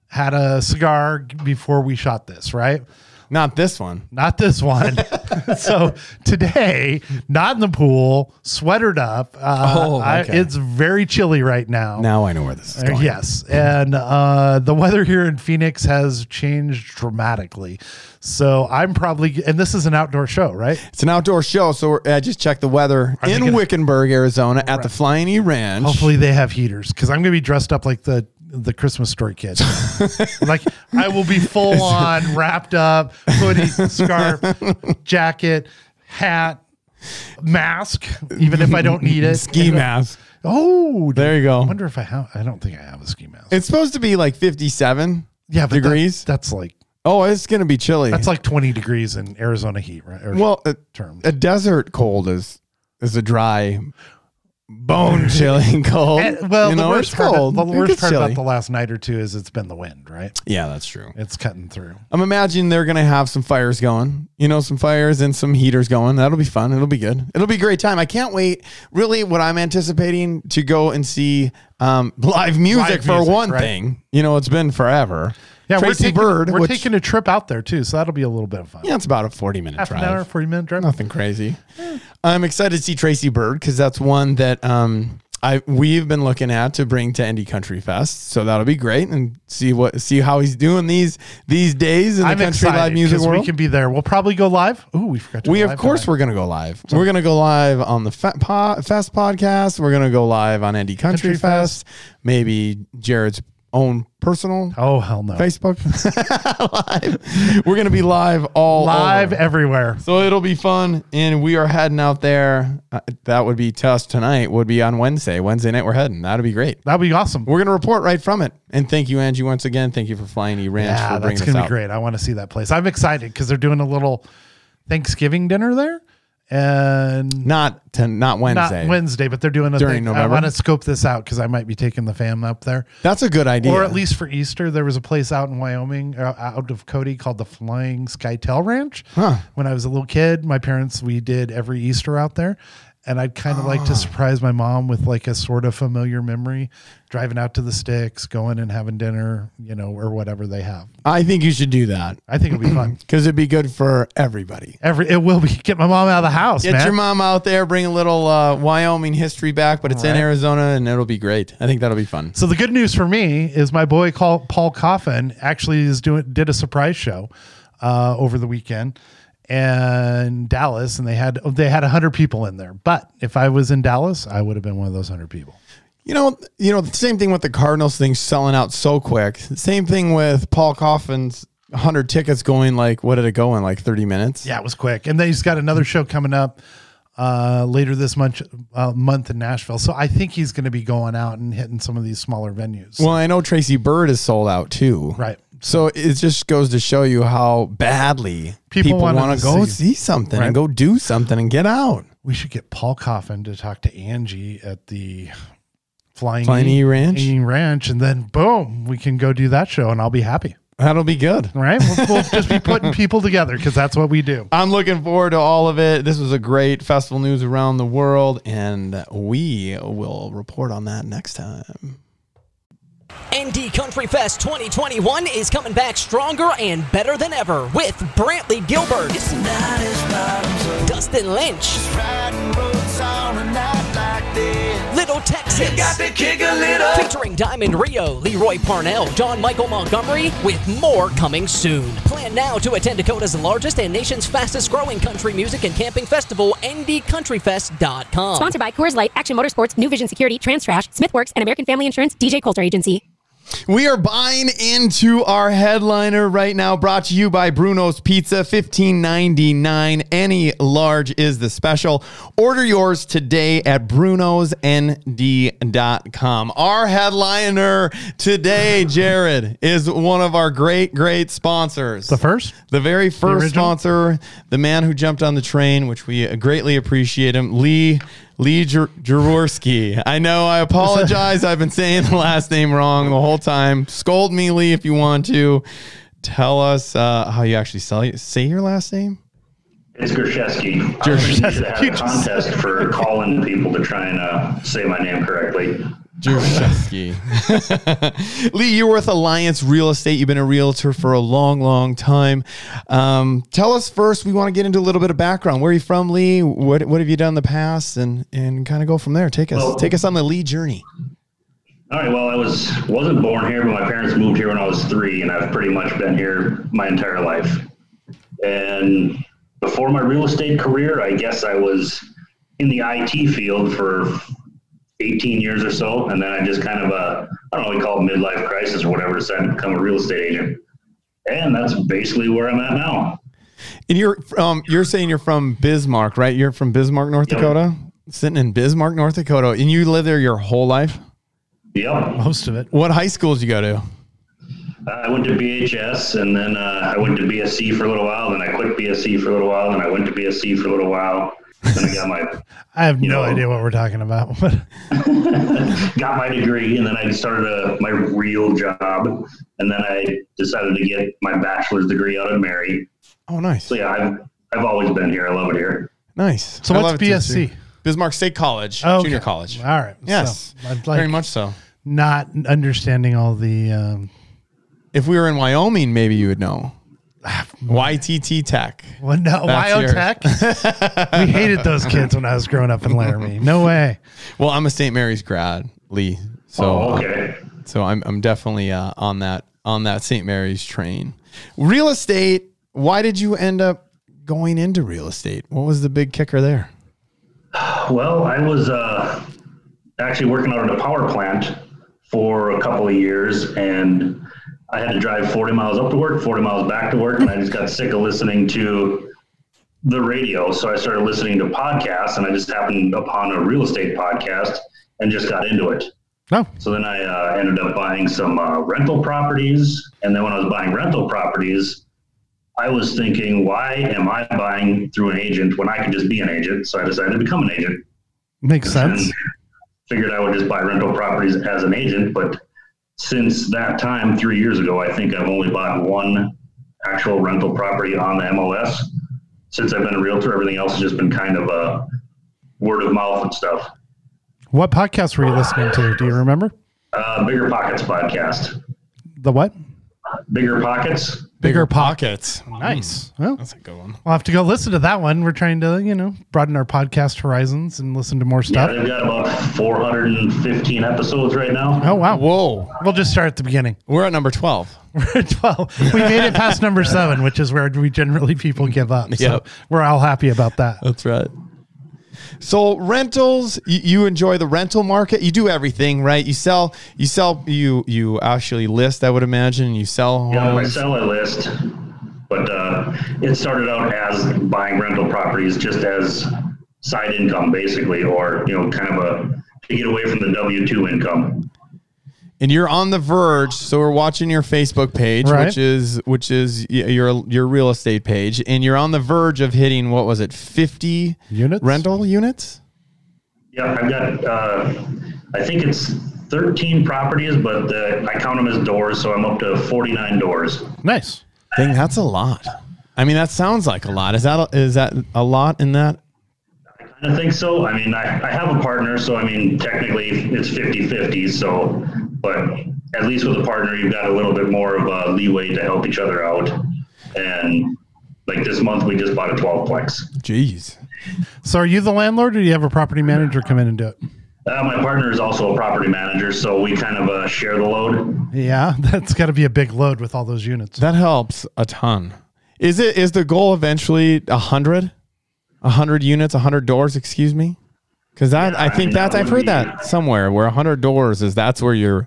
had a cigar before we shot this, right? Not this one. Not [LAUGHS] this one. [LAUGHS] so today, not in the pool, sweatered up. Uh, Oh, I- okay. it's very chilly right now. Now I know where this is Uh, going. Yes, and uh, the weather here in Phoenix has changed dramatically. So I'm probably, and this is an outdoor show, right? It's an outdoor show, so we're- I just checked the weather they in gonna- Wickenburg, Arizona, at the Flying E Ranch. Hopefully they have heaters because I'm gonna be dressed up like the the Christmas [LAUGHS] story kid. like I will be full on wrapped up, hoodie, scarf, jacket, hat, mask, even if I don't need it. ski mask. Oh, There you I go. wonder if I have. I don't think I have a ski mask. It's supposed to be like 57 yeah, but that- degrees. that's like oh, it's gonna be chilly. that's like 20 degrees in Arizona heat, right? Or well, a, term. a desert cold is is a dry, bone [LAUGHS] chilling cold. And- Eh, well, You the know, worst it's part, cold. the It worst gets part chilly. about the last night or two is it's been the wind, right? yeah, that's true. It's cutting through. I'm imagining they're gonna have some fires going, you know, some fires and some heaters going. That'll be fun. It'll be good. It'll be a great time. I can't wait. Really, what I'm anticipating to go and see um, [LAUGHS] live music Live for music, one right. thing. You know, it's been forever. Yeah, Tracy we're taking, Bird. We're which, taking a trip out there too, so that'll be a little bit of fun. yeah, it's about a 40 minute half drive. an hour, forty minute drive. Nothing crazy. I'm excited to see Tracy Bird because that's one that um, I we've been looking at to bring to Indy Country Fest. So that'll be great and see what see how he's doing these these days in the I'm country excited live music 'cause world. we can be there. We'll probably go live. Ooh, we forgot. To We go of live course tonight. we're gonna go live. We're gonna go live on the Fe- po- Fest podcast. We're gonna go live on Andy Country, Country Fest. Maybe Jared's own personal Oh hell no! Facebook [LAUGHS] live. We're gonna be live all Live over. everywhere. So it'll be fun, and we are heading out there. Uh, that would be to us tonight. Would be on Wednesday. Wednesday night we're heading. That'd be great. That'd be awesome. We're gonna report right from it. And thank you, Angie, once again. Thank you for flying E Ranch Yeah, for that's bringing gonna us be out. great. I want to see that place. I'm excited because they're doing a little Thanksgiving dinner there, and Not to not not Wednesday. Wednesday, but they're doing a During thing. November? I want to scope this out because I might be taking the fam up there, That's a good idea. or at least for Easter. There was a place out in Wyoming, uh, out of Cody, called the Flying Skytel Ranch. When I was a little kid, my parents we did every Easter out there. And I'd kind of like Ah. to surprise my mom with like a sort of familiar memory, driving out to the sticks, going and having dinner, you know, or whatever they have. I think you should do that I think it'd [CLEARS THROAT] be fun. because it'd be good for everybody. Every it will be get my mom out of the house, Get man. your mom out there, bring a little uh, Wyoming history back, but it's in Arizona, and it'll be great. I think that'll be fun. So the good news for me is my boy call, Paul Coffin actually is doing did a surprise show uh, over the weekend in Dallas, and they had they had hundred people in there. But if I was in Dallas, I would have been one of those hundred people. You know, you know, the same thing with the Cardinals thing selling out so quick. Same thing with Paul Coffin's hundred tickets going like what did it go in like thirty minutes? Yeah, it was quick, and then he's got another show coming up uh, later this month uh, month in Nashville. So I think he's going to be going out and hitting some of these smaller venues. Well, I know Tracy Bird is sold out too. right. So it just goes to show you how badly People people, wanted want to to go see. see, something Right. and go do something and get out. We should get Paul Coffin to talk to Angie at the Flying, Flying E Ranch? E Ranch, and then boom, we can go do that show, and I'll be happy. That'll be good. All right, we'll, we'll just [LAUGHS] be putting people together because that's what we do. I'm looking forward to all of it. This was a great festival news around the world, and we will report on that next time. ND Country Fest 2021 is coming back stronger and better than ever with Brantley Gilbert, Not his bottoms up. Dustin Lynch, Riding boats on a night like this. Little Texas. Got to kick a little. Featuring Diamond Rio, Leroy Parnell, John Michael Montgomery, with more coming soon. Plan now to attend Dakota's largest and nation's fastest growing country music and camping festival, ndcountryfest.com. Sponsored by Coors Light, Action Motorsports, New Vision Security, Trans Trash, Smithworks, and American Family Insurance, DJ Coulter Agency. We are buying into our headliner right now, brought to you by Bruno's Pizza, fifteen ninety nine. Any large is the special. Order yours today at brunosnd.com. Our headliner today, Jared, is one of our great, great sponsors. The first, The very first original? sponsor, the man who jumped on the train, which we greatly appreciate him, Lee Lee Jer- Jaworski. I know. I apologize. I've been saying the last name wrong the whole time. Scold me, Lee, if you want to. Tell us uh, how you actually sell, say your last name. It's Grzeski. I was used to have a contest for calling people to try and uh, say my name correctly. Jaworski. [LAUGHS] Lee, you're with Alliance Real Estate. You've been a realtor for a long, long time. Um, tell us first. We want to get into a little bit of background. Where are you from, Lee? What What have you done in the past, and and kind of go from there. Take us Well- take us on the Lee journey. All right. Well, I was wasn't born here, but my parents moved here when I was three, and I've pretty much been here my entire life. And before my real estate career, I guess I was in the IT field for 18 years or so, and then I just kind of uh, I don't know, we call it midlife crisis or whatever, decided to become a real estate agent, and that's basically where I'm at now. And you're um you're saying you're from Bismarck, right? You're from Bismarck, North Yep. Dakota. Sitting in Bismarck, North Dakota, and you live there your whole life. Yep. most of it. What high schools you go to? I went to BHS and then uh, I went to BSC for a little while. Then I quit BSC for a little while. Then I went to BSC for a little while. Then I got my [LAUGHS] I have no know. idea what we're talking about. But got my degree, and then I started a, my real job. And then I decided to get my bachelor's degree out of Mary. Oh, nice, So yeah, I've I've always been here. I love it here. nice. So I what's love it too, BSC? too. Bismarck State College, Oh, okay. junior college. all right, Yes, so I'm very like much so. not understanding all the. Um, If we were in Wyoming, maybe you would [SIGHS] know. YTT Tech. well, no, That's yours. [LAUGHS] biotech. we hated those kids when I was growing up in Laramie. No way. Well, I'm a St. Mary's grad, Lee. So, uh, Oh, okay. so I'm I'm definitely uh, on that on that St. Mary's train. Real estate. Why did you end up going into real estate? What was the big kicker there? Well, I was uh, actually working out at a power plant for a couple of years, and I had to drive 40 miles up to work, 40 miles back to work, and I just got sick of listening to the radio. So I started listening to podcasts, and I just happened upon a real estate podcast and just got into it. No. So then I uh, ended up buying some uh, rental properties. And then when I was buying rental properties, I was thinking, why am I buying through an agent when I could just be an agent? So I decided to become an agent. Makes sense. And figured I would just buy rental properties as an agent. But since that time, three years ago, I think I've only bought one actual rental property on the MLS. Since I've been a realtor, everything else has just been kind of a word of mouth and stuff. What podcast were you listening to? Do you remember? Uh, Bigger Pockets podcast. The what? Bigger Pockets. Bigger pockets. Mm. Nice. Well, That's a good one. we'll have to go listen to that one. We're trying to, you know, broaden our podcast horizons and listen to more Yeah, stuff. they've got about 415 episodes right now. Oh wow. Whoa. We'll just start at the beginning. [LAUGHS] We're at number 12. We're at 12. We made it past number seven, which is where we generally people give up. So Yep. we're all happy about that. That's right. So rentals, you, you enjoy the rental market. You do everything, right? You sell, you sell, you you actually list. I would imagine you sell homes. Yeah, I sell a list, but uh, it started out as buying rental properties just as side income, basically, or, you know, kind of a to get away from the W 2 income. and you're on the verge. So we're watching your Facebook page, Right. which is which is y- your your real estate page, and you're on the verge of hitting what was it, fifty Units? rental units? Yeah, I've got, uh, I think it's 13 properties, but the, I count them as doors, so I'm up to 49 doors. Nice. Dang, that's a lot. I mean, that sounds like a lot. Is that is that a lot in that? I think so. I mean, I, I have a partner, so I mean, technically it's 50 50. So, but at least with a partner, you've got a little bit more of a leeway to help each other out. And like this month, we just bought a 12plex. Jeez. So are you the landlord or do you have a property manager come in and do it? Uh, my partner is also a property manager, so we kind of uh, share the load. Yeah, that's got to be a big load with all those units. That helps a ton. Is it is the goal eventually a hundred? A hundred units, a hundred doors, excuse me? Because that I think mean, that's that I've would heard be- that somewhere where a hundred doors is that's where you're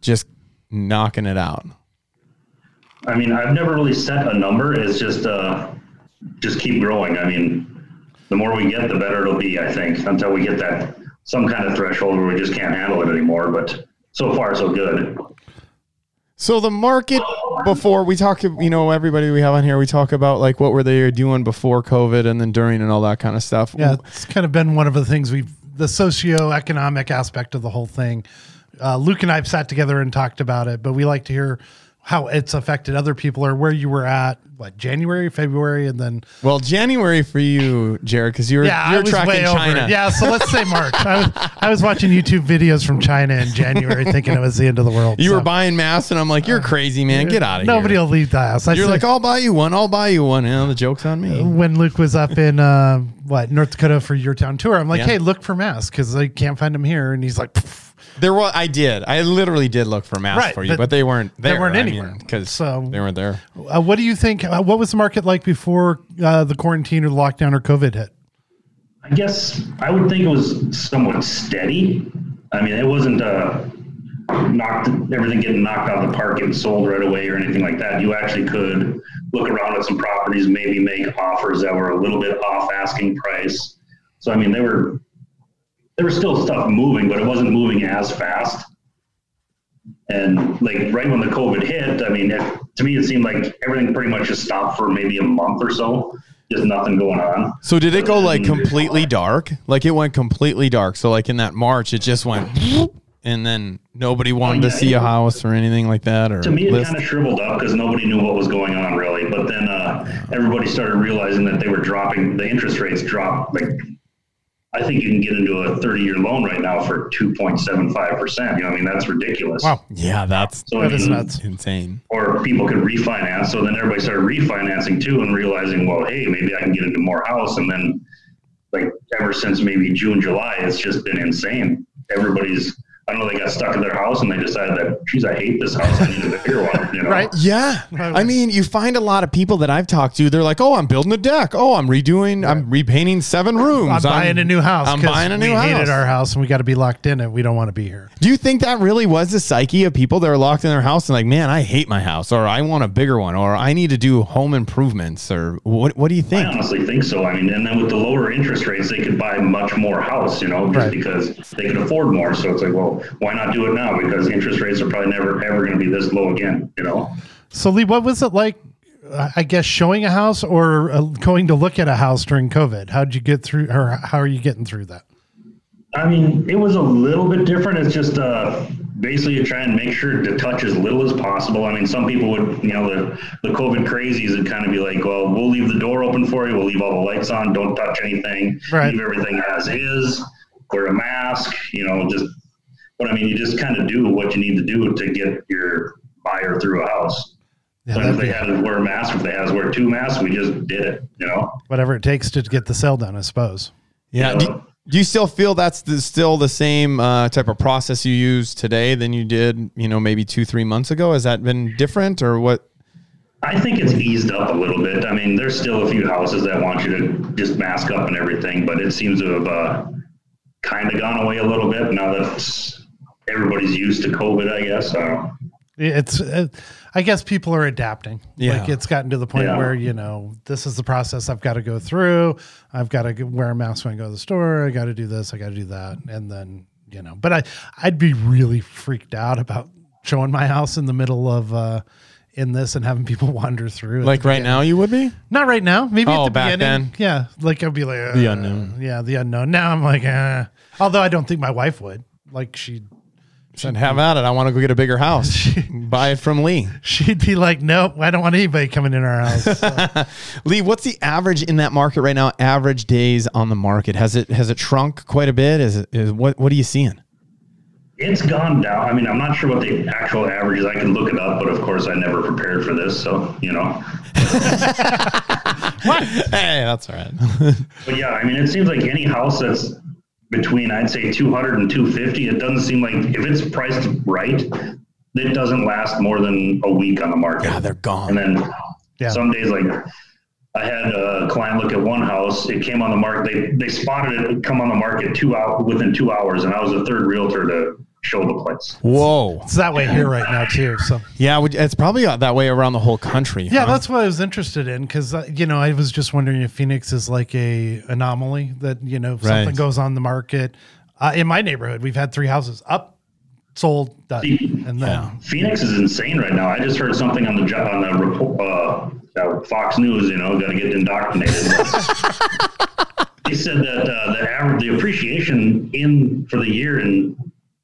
just knocking it out. I mean, I've never really set a number. It's just, uh, just keep growing. I mean, the more we get, the better it'll be, I think, until we get that some kind of threshold where we just can't handle it anymore. But so far, so good. So the market before we talk, you know, everybody we have on here, we talk about like what were they doing before COVID and then during and all that kind of stuff. Yeah, it's kind of been one of the things we've the socioeconomic aspect of the whole thing. Uh, Luke and I have sat together and talked about it, but we like to hear how it's affected other people or where you were at, what January, February, and then Well, January for you, Jared, because you're yeah, you're I was tracking way over. China. Yeah, so let's say March. I was I was watching YouTube videos from China in January, thinking it was the end of the world. You so were buying masks, and I'm like, you're crazy, man. Get out of here. Nobody will leave the house. I You're said- like, "Oh." I'll buy you one. I'll buy you one. And the joke's on me. when Luke was up in uh, what North Dakota for your town tour, I'm like, Yeah. hey, look for masks because I can't find them here, and he's like, "Pff, There was, I did. I literally did look for masks Right, for you, but but, they weren't they there. weren't I mean, anywhere. 'cause So- they weren't there. Uh, what do you think? Uh, what was the market like before uh, the quarantine or lockdown or COVID hit? I guess I would think it was somewhat steady. I mean, it wasn't uh, knocked everything getting knocked out of the park and sold right away or anything like that. You actually could look around at some properties, maybe make offers that were a little bit off asking price. So I mean, they were there was still stuff moving, but it wasn't moving as fast. And like right when the COVID hit, I mean, it, to me, it seemed like everything pretty much just stopped for maybe a month or so. Just nothing going on. So did it go like completely dark? Like it went completely dark. So like in that March, it just went, [LAUGHS] and then nobody wanted to yeah, see it- a house or anything like that. Or to me, it list. kind of shriveled up because nobody knew what was going on really. But then uh, everybody started realizing that they were dropping the interest rates. Dropped like I think you can get into a thirty-year loan right now for two point seven five percent. You know, I mean that's ridiculous. Wow. yeah, that's So I That is mean, nuts. insane. or people could refinance. So then everybody started refinancing too and realizing, well, hey, maybe I can get into more house. And then, like, ever since maybe June, July, it's just been insane. Everybody's, I don't know. They got stuck in their house and they decided that, geez, I hate this house. I need a bigger one. You know? [LAUGHS] Right. Yeah. I mean, you find a lot of people that I've talked to, they're like, oh, I'm building a deck. Oh, I'm redoing, I'm repainting seven rooms. I'm buying a new house. I'm 'cause buying a new we house. hated our house and we got to be locked in it. We don't want to be here. Do you think that really was the psyche of people that are locked in their house and like, man, I hate my house, or I want a bigger one, or I need to do home improvements, or what? What do you I think? honestly think so. I mean, and then with the lower interest rates, they could buy much more house, you know, just Right. because they could afford more. So it's like, well, why not do it now? Because interest rates are probably never, ever going to be this low again, you know? So, Lee, what was it like? uh, I I guess showing a house or uh, going to look at a house during COVID. How'd you get through, or how are you getting through that? I mean, it was a little bit different. It's just uh, basically you try and make sure to touch as little as possible. I mean, some people would, you know, the, the COVID crazies would kind of be like, well, we'll leave the door open for you. We'll leave all the lights on. Don't touch anything. Right. Leave everything as is. Wear a mask. You know, just, but I mean, you just kind of do what you need to do to get your buyer through a house. Yeah, So if that'd they be had to wear a mask, if they had to wear two masks, we just did it, you know? whatever it takes to get the sale done, I suppose. Yeah. Yeah. Do, do you still feel that's the, still the same uh, type of process you use today than you did, you know, maybe two, three months ago? Has that been different, or what? I think it's eased up a little bit. I mean, there's still a few houses that want you to just mask up and everything, but it seems to have uh, kind of gone away a little bit now that everybody's used to COVID, I guess. I don't know. It's, uh, I guess people are adapting. Yeah. Like it's gotten to the point Yeah. where, you know, this is the process I've got to go through. I've got to wear a mask when I go to the store. I got to do this. I got to do that. And then, you know, but I, I'd be really freaked out about showing my house in the middle of, uh, in this and having people [LAUGHS] wander through. at Like the right now, you would be. Not right now. Maybe at Oh, the back beginning. then. Yeah, like I'd be like uh, The unknown. Yeah, the unknown. Now I'm like, uh, although I don't think my wife would. Like she, Said, have at it. I want to go get a bigger house. Buy it from Lee. she'd be like, nope, I don't want anybody coming in our house. So, Lee, what's the average in that market right now? Average days on the market has it has it shrunk quite a bit? Is it is what what are you seeing? It's gone down. I mean, I'm not sure what the actual average is. I can look it up, but of course, I never prepared for this. So, you know. Hey, that's all right. [LAUGHS] But yeah, I mean, it seems like any house that's between, I'd say, 200 and 250, it doesn't seem like if it's priced right, it doesn't last more than a week on the market. God, they're gone. And then Yeah. some days, like I had a client look at one house. It came on the market. They they spotted it come on the market two out within two hours, and I was the third realtor to show the place. Whoa. it's that way here right now too. So Uh-huh. Yeah, would- it's probably uh, that way around the whole country. yeah, huh? that's what I was interested in because you know I was just wondering if Phoenix is like a anomaly that you know if Right. something goes on the market. Uh, in my neighborhood, we've had three houses up, sold, done, and then Phoenix is insane right now. I just heard something on the jo- on the repo- uh, uh, Fox News. You know, got to get indoctrinated. they said that uh, the average, the appreciation in for the year in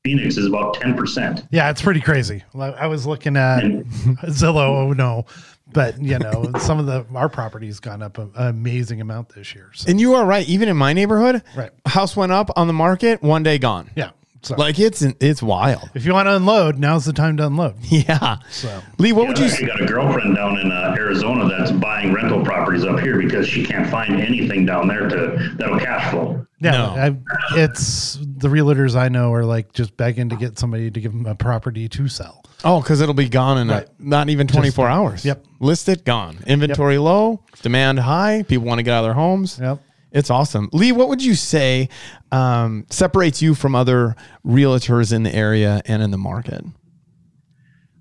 Phoenix is about ten percent. Yeah, it's pretty crazy. Like, I was looking [LAUGHS] at Zillow. Oh no, but you know, some of the our property's gone up a- an amazing amount this year. So And you are right. Even in my neighborhood, Right. house went up on the market, one day gone. yeah, so Like it's it's wild. [LAUGHS] if you want to unload, now's the time to unload. Yeah. So Lee, what would I you? actually got a girlfriend down in uh, Arizona that's buying rental properties up here because she can't find anything down there to that'll cash flow. yeah, No. I, it's the realtors I know are like just begging to get somebody to give them a property to sell. Oh, because it'll be gone in Right. a, not even 24 hours. yep. List it, gone. Inventory low, demand high. People want to get out of their homes. Yep. It's awesome. Lee, what would you say um, separates you from other realtors in the area and in the market?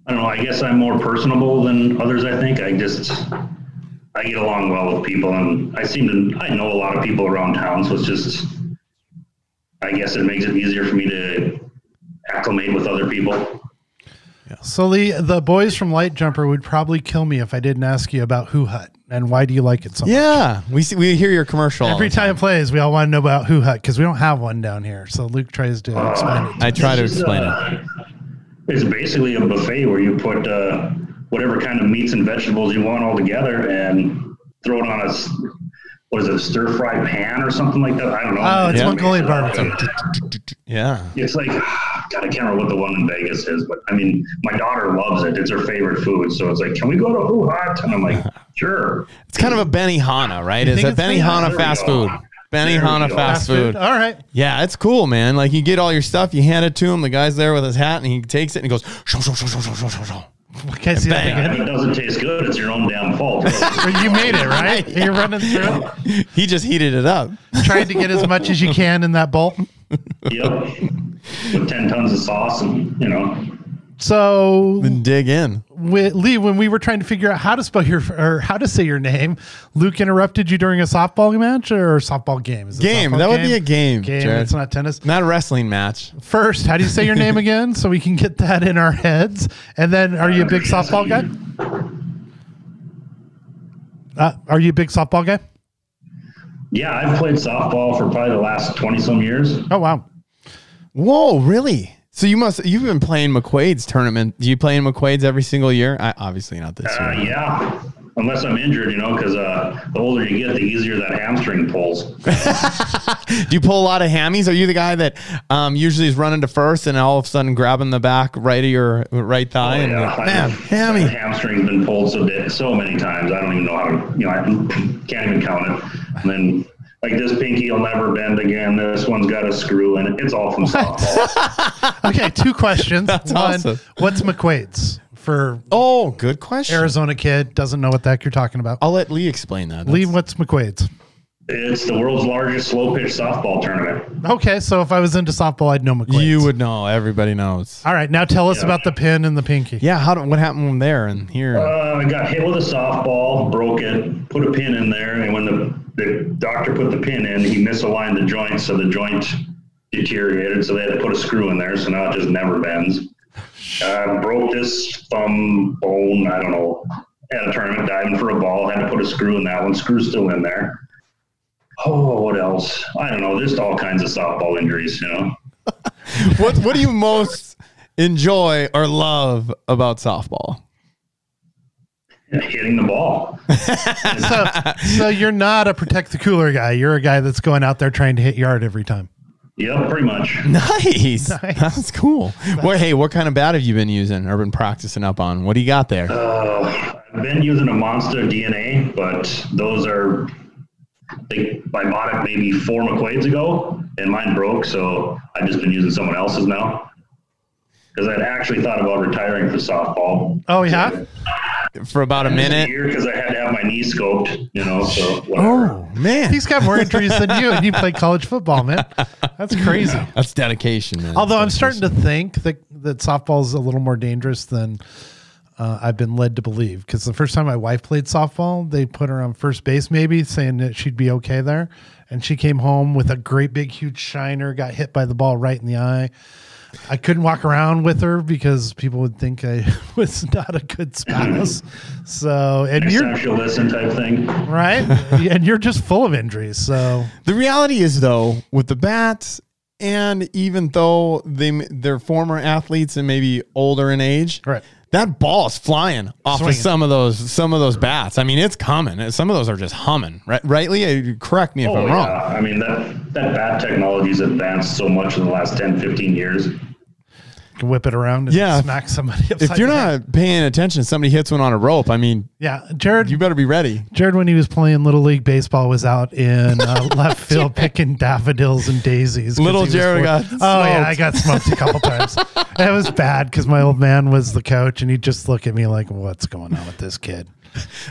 I don't know. I guess I'm more personable than others. I think I just I get along well with people, and I seem to I know a lot of people around town, so it's just I guess it makes it easier for me to acclimate with other people. So Lee, the boys from Light Jumper would probably kill me if I didn't ask you about Who Hut and why do you like it so much. Yeah, we see, we hear your commercial all Every the time. time it plays, we all want to know about Who Hut because we don't have one down here. So Luke tries to explain it. I try to explain it. Uh, It's basically a buffet where you put uh, whatever kind of meats and vegetables you want all together and throw it on a s- what is it, a stir fry pan or something like that? I don't know. Oh, it's Yeah. Mongolian barbecue. Yeah. It's like God, I can't remember what the one in Vegas is, but I mean, my daughter loves it. It's her favorite food, so it's like, can we go [LAUGHS] to Who Hot? And I'm like, sure. It's kind of a Benihana, right? It's think a it's Benihana Benihana? fast food. Benihana go. fast food. All right. Yeah, it's cool, man. Like you get all your stuff, you hand it to him. The guy's there with his hat, and he takes it and he goes. "Shoo, shoo, shoo, shoo, shoo, shoo, shoo, shoo." [LAUGHS] Can I see that Bang. again? If it doesn't taste good, it's your own damn fault. [LAUGHS] You made [LAUGHS] it, right? You're running through. He just heated it up. [LAUGHS] Trying to get as much as you can in that bowl. yep. With 10 tons of sauce and, you know, So, Then dig in. wi- Lee, when we were trying to figure out how to spell your or how to say your name, Luke interrupted you during a softball match or softball game. Is it Game. softball That would be a game, Game. Jared. It's not tennis. Not a wrestling match. First, how do you say your name again so we can get that in our heads? And then, are you a big softball guy? Uh, are you a big softball guy? yeah, I've played softball for probably the last 20 some years. Oh wow! Whoa, really? So you must you've been playing McQuaid's tournament. Do you play in McQuaid's every single year? I, obviously not this Uh, year. yeah, unless I'm injured, you know, because uh, the older you get, the easier that hamstring pulls. Do you pull a lot of hammies? Are you the guy that um, usually is running to first and all of a sudden grabbing the back right of your right thigh and Oh, Yeah, like, man, I've- hammy? my hamstring's been pulled so di- so many times. I don't even know how to, you know, I can't even count it. And then like this pinky will never bend again. This one's got a screw in it. It's all from softball. Okay, two [LAUGHS] questions. That's One, awesome. what's McQuaid's for Oh, good question. Arizona kid doesn't know what the heck you're talking about? I'll let Lee explain that. Lee, That's- what's McQuaid's? it's the world's largest slow pitch softball tournament. Okay, so if I was into softball, I'd know McQuaid's. you would know. Everybody knows. All right, now tell us Yeah. about the pin and the pinky. Yeah, how do, what happened there and here? Uh, I got hit with a softball, broke it, put a pin in there, and when the, the doctor put the pin in, he misaligned the joint, so the joint deteriorated, so they had to put a screw in there, so now it just never bends. Uh, broke this thumb bone, I don't know, at a tournament, diving for a ball, had to put a screw in that one, screw's still in there. Oh, what else? I don't know, just all kinds of softball injuries, you know? [LAUGHS] what What do you most enjoy or love about softball? [LAUGHS] Hitting the ball. So, so you're not a protect the cooler guy. You're a guy that's going out there trying to hit yard every time. Yep, pretty much. Nice. Nice. That's cool. Well, hey, what kind of bat have you been using or been practicing up on? What do you got there? Uh, I've been using a monster DNA, but those are. I think I bought it maybe four McQuades ago, and mine broke, so I've just been using someone else's now. Because I'd actually thought about retiring for softball Oh yeah. For about a This minute. year because I had to have my knee scoped, you know. So whatever. Oh. man. He's got more injuries than you, and you play college football, man. That's crazy. That's dedication, man. Although I'm That's starting to think that that softball's a little more dangerous than uh, I've been led to believe. Because the first time my wife played softball, they put her on first base, maybe saying that she'd be okay there, and she came home with a great big huge shiner, got hit by the ball right in the eye. I couldn't walk around with her because people would think I [LAUGHS] was not a good spouse. So, and Next you're time she'll listen, type thing. right, and you're just full of injuries. So, The reality is, though, with the bats, and even though they they're former athletes and maybe older in age, Right. That ball is flying off Swinging. of some of those some of those bats. I mean, it's coming. Some of those are just humming. Right? Rightly, Uh, correct me if I'm Oh wrong. yeah, I mean that that bat technology's advanced so much in the last 10, 15 years. you can whip it around and Yeah, if- smack somebody. [LAUGHS] If upside you're the head. not paying attention, somebody hits one on a rope. I mean, yeah, Jared, you better be ready. Jared, when he was playing little league baseball, was out [LAUGHS] in uh, left field picking daffodils and daisies. 'cause Little he was Jared got bored. Oh yeah, I got smoked a couple times. It was bad because my old man was the coach, and he'd just look at me like, "What's going on with this kid?"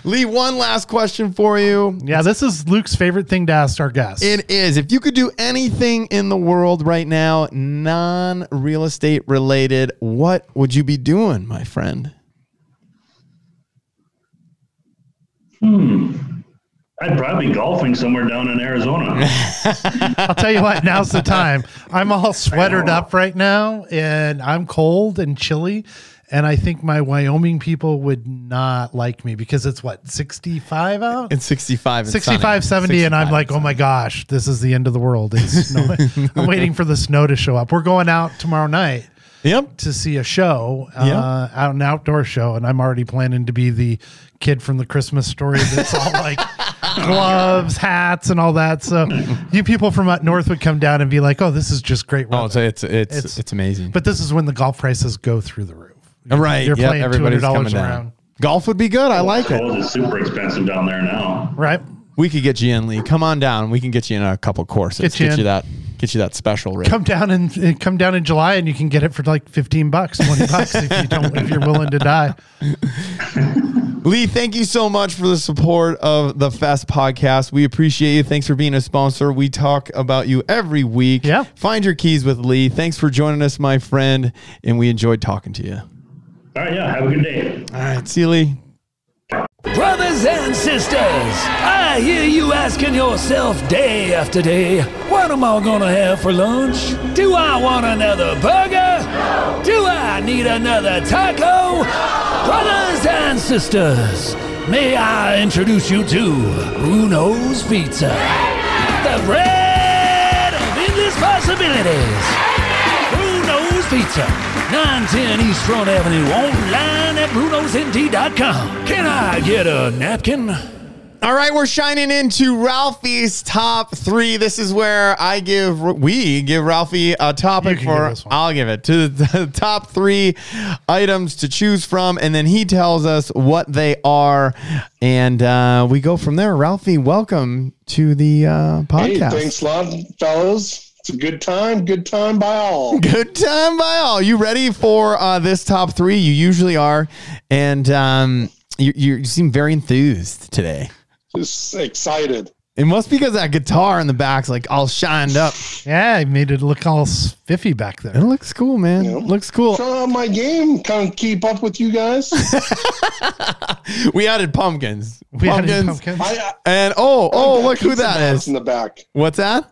Lee, one last question for you. Yeah, this is Luke's favorite thing to ask our guests. It is. If you could do anything in the world right now, non real estate related, what would you be doing, my friend? I'd probably be golfing somewhere down [LAUGHS] in Arizona. I'll tell you what, now's the time. [LAUGHS] I'm all sweatered up right now, and I'm cold and chilly. And I think my Wyoming people would not like me because it's what, 65 out? It's 65 and 65 sunny. 70 and i'm 65 like oh my gosh this is the end of the world [LAUGHS] it's snowing i'm waiting for the snow to show up we're going out tomorrow night Yep. to see a show uh, Yeah. out an outdoor show and i'm already planning to be the kid from the christmas story that's [LAUGHS] all like gloves hats and all that so you people from up north would come down and be like oh this is just great Oh, weather. it's it's it's, It's- it's, amazing. but this is when the golf prices go through the roof right, you're yep, playing everybody's $200 coming around. down. Golf would be good. I like it. Well, it's super expensive down there now. right we could get you in, Lee. Come on down. We can get you in a couple courses. Get you in. that. Get you that special rate. Come down and come down in July, and you can get it for like fifteen bucks, twenty bucks if you don't if you're willing to die. Lee, thank you so much for the support of the Fast Podcast. We appreciate you. Thanks for being a sponsor. We talk about you every week. Yeah. Find your keys with Lee. Thanks for joining us, my friend. And we enjoyed talking to you. All right, yeah, have a good day. All right. See you, Lee. Brothers and sisters, I hear you asking yourself day after day, what am I gonna have for lunch? Do I want another burger? Do I need another taco? Brothers and sisters, may I introduce you to Bruno's Pizza, the bread of endless possibilities. Bruno's Pizza, 910 East Front Avenue, online at brunosnt.com. Can I get a napkin? All right, we're shining into Ralphie's top three. This is where I give, we give Ralphie a topic You can give for, this one. I'll give it to the [LAUGHS] top three items to choose from. And then he tells us what they are. And uh, we go from there. Ralphie, welcome to the uh, Hey, podcast. thanks a lot, fellas. It's a good time. Good time by all. Good time by all. You ready for uh, this top three? You usually are. And um, you, you seem very enthused today. Just excited. It must be because that guitar in the back's like all shined up. Yeah, I made it look all spiffy back It there. looks cool, man. Yeah. Looks cool. Trying on uh, my game, kind of keep up with you guys. [LAUGHS] We added pumpkins. We had any pumpkins. I, And oh, oh, look who pizza that mats is. in the back. What's that?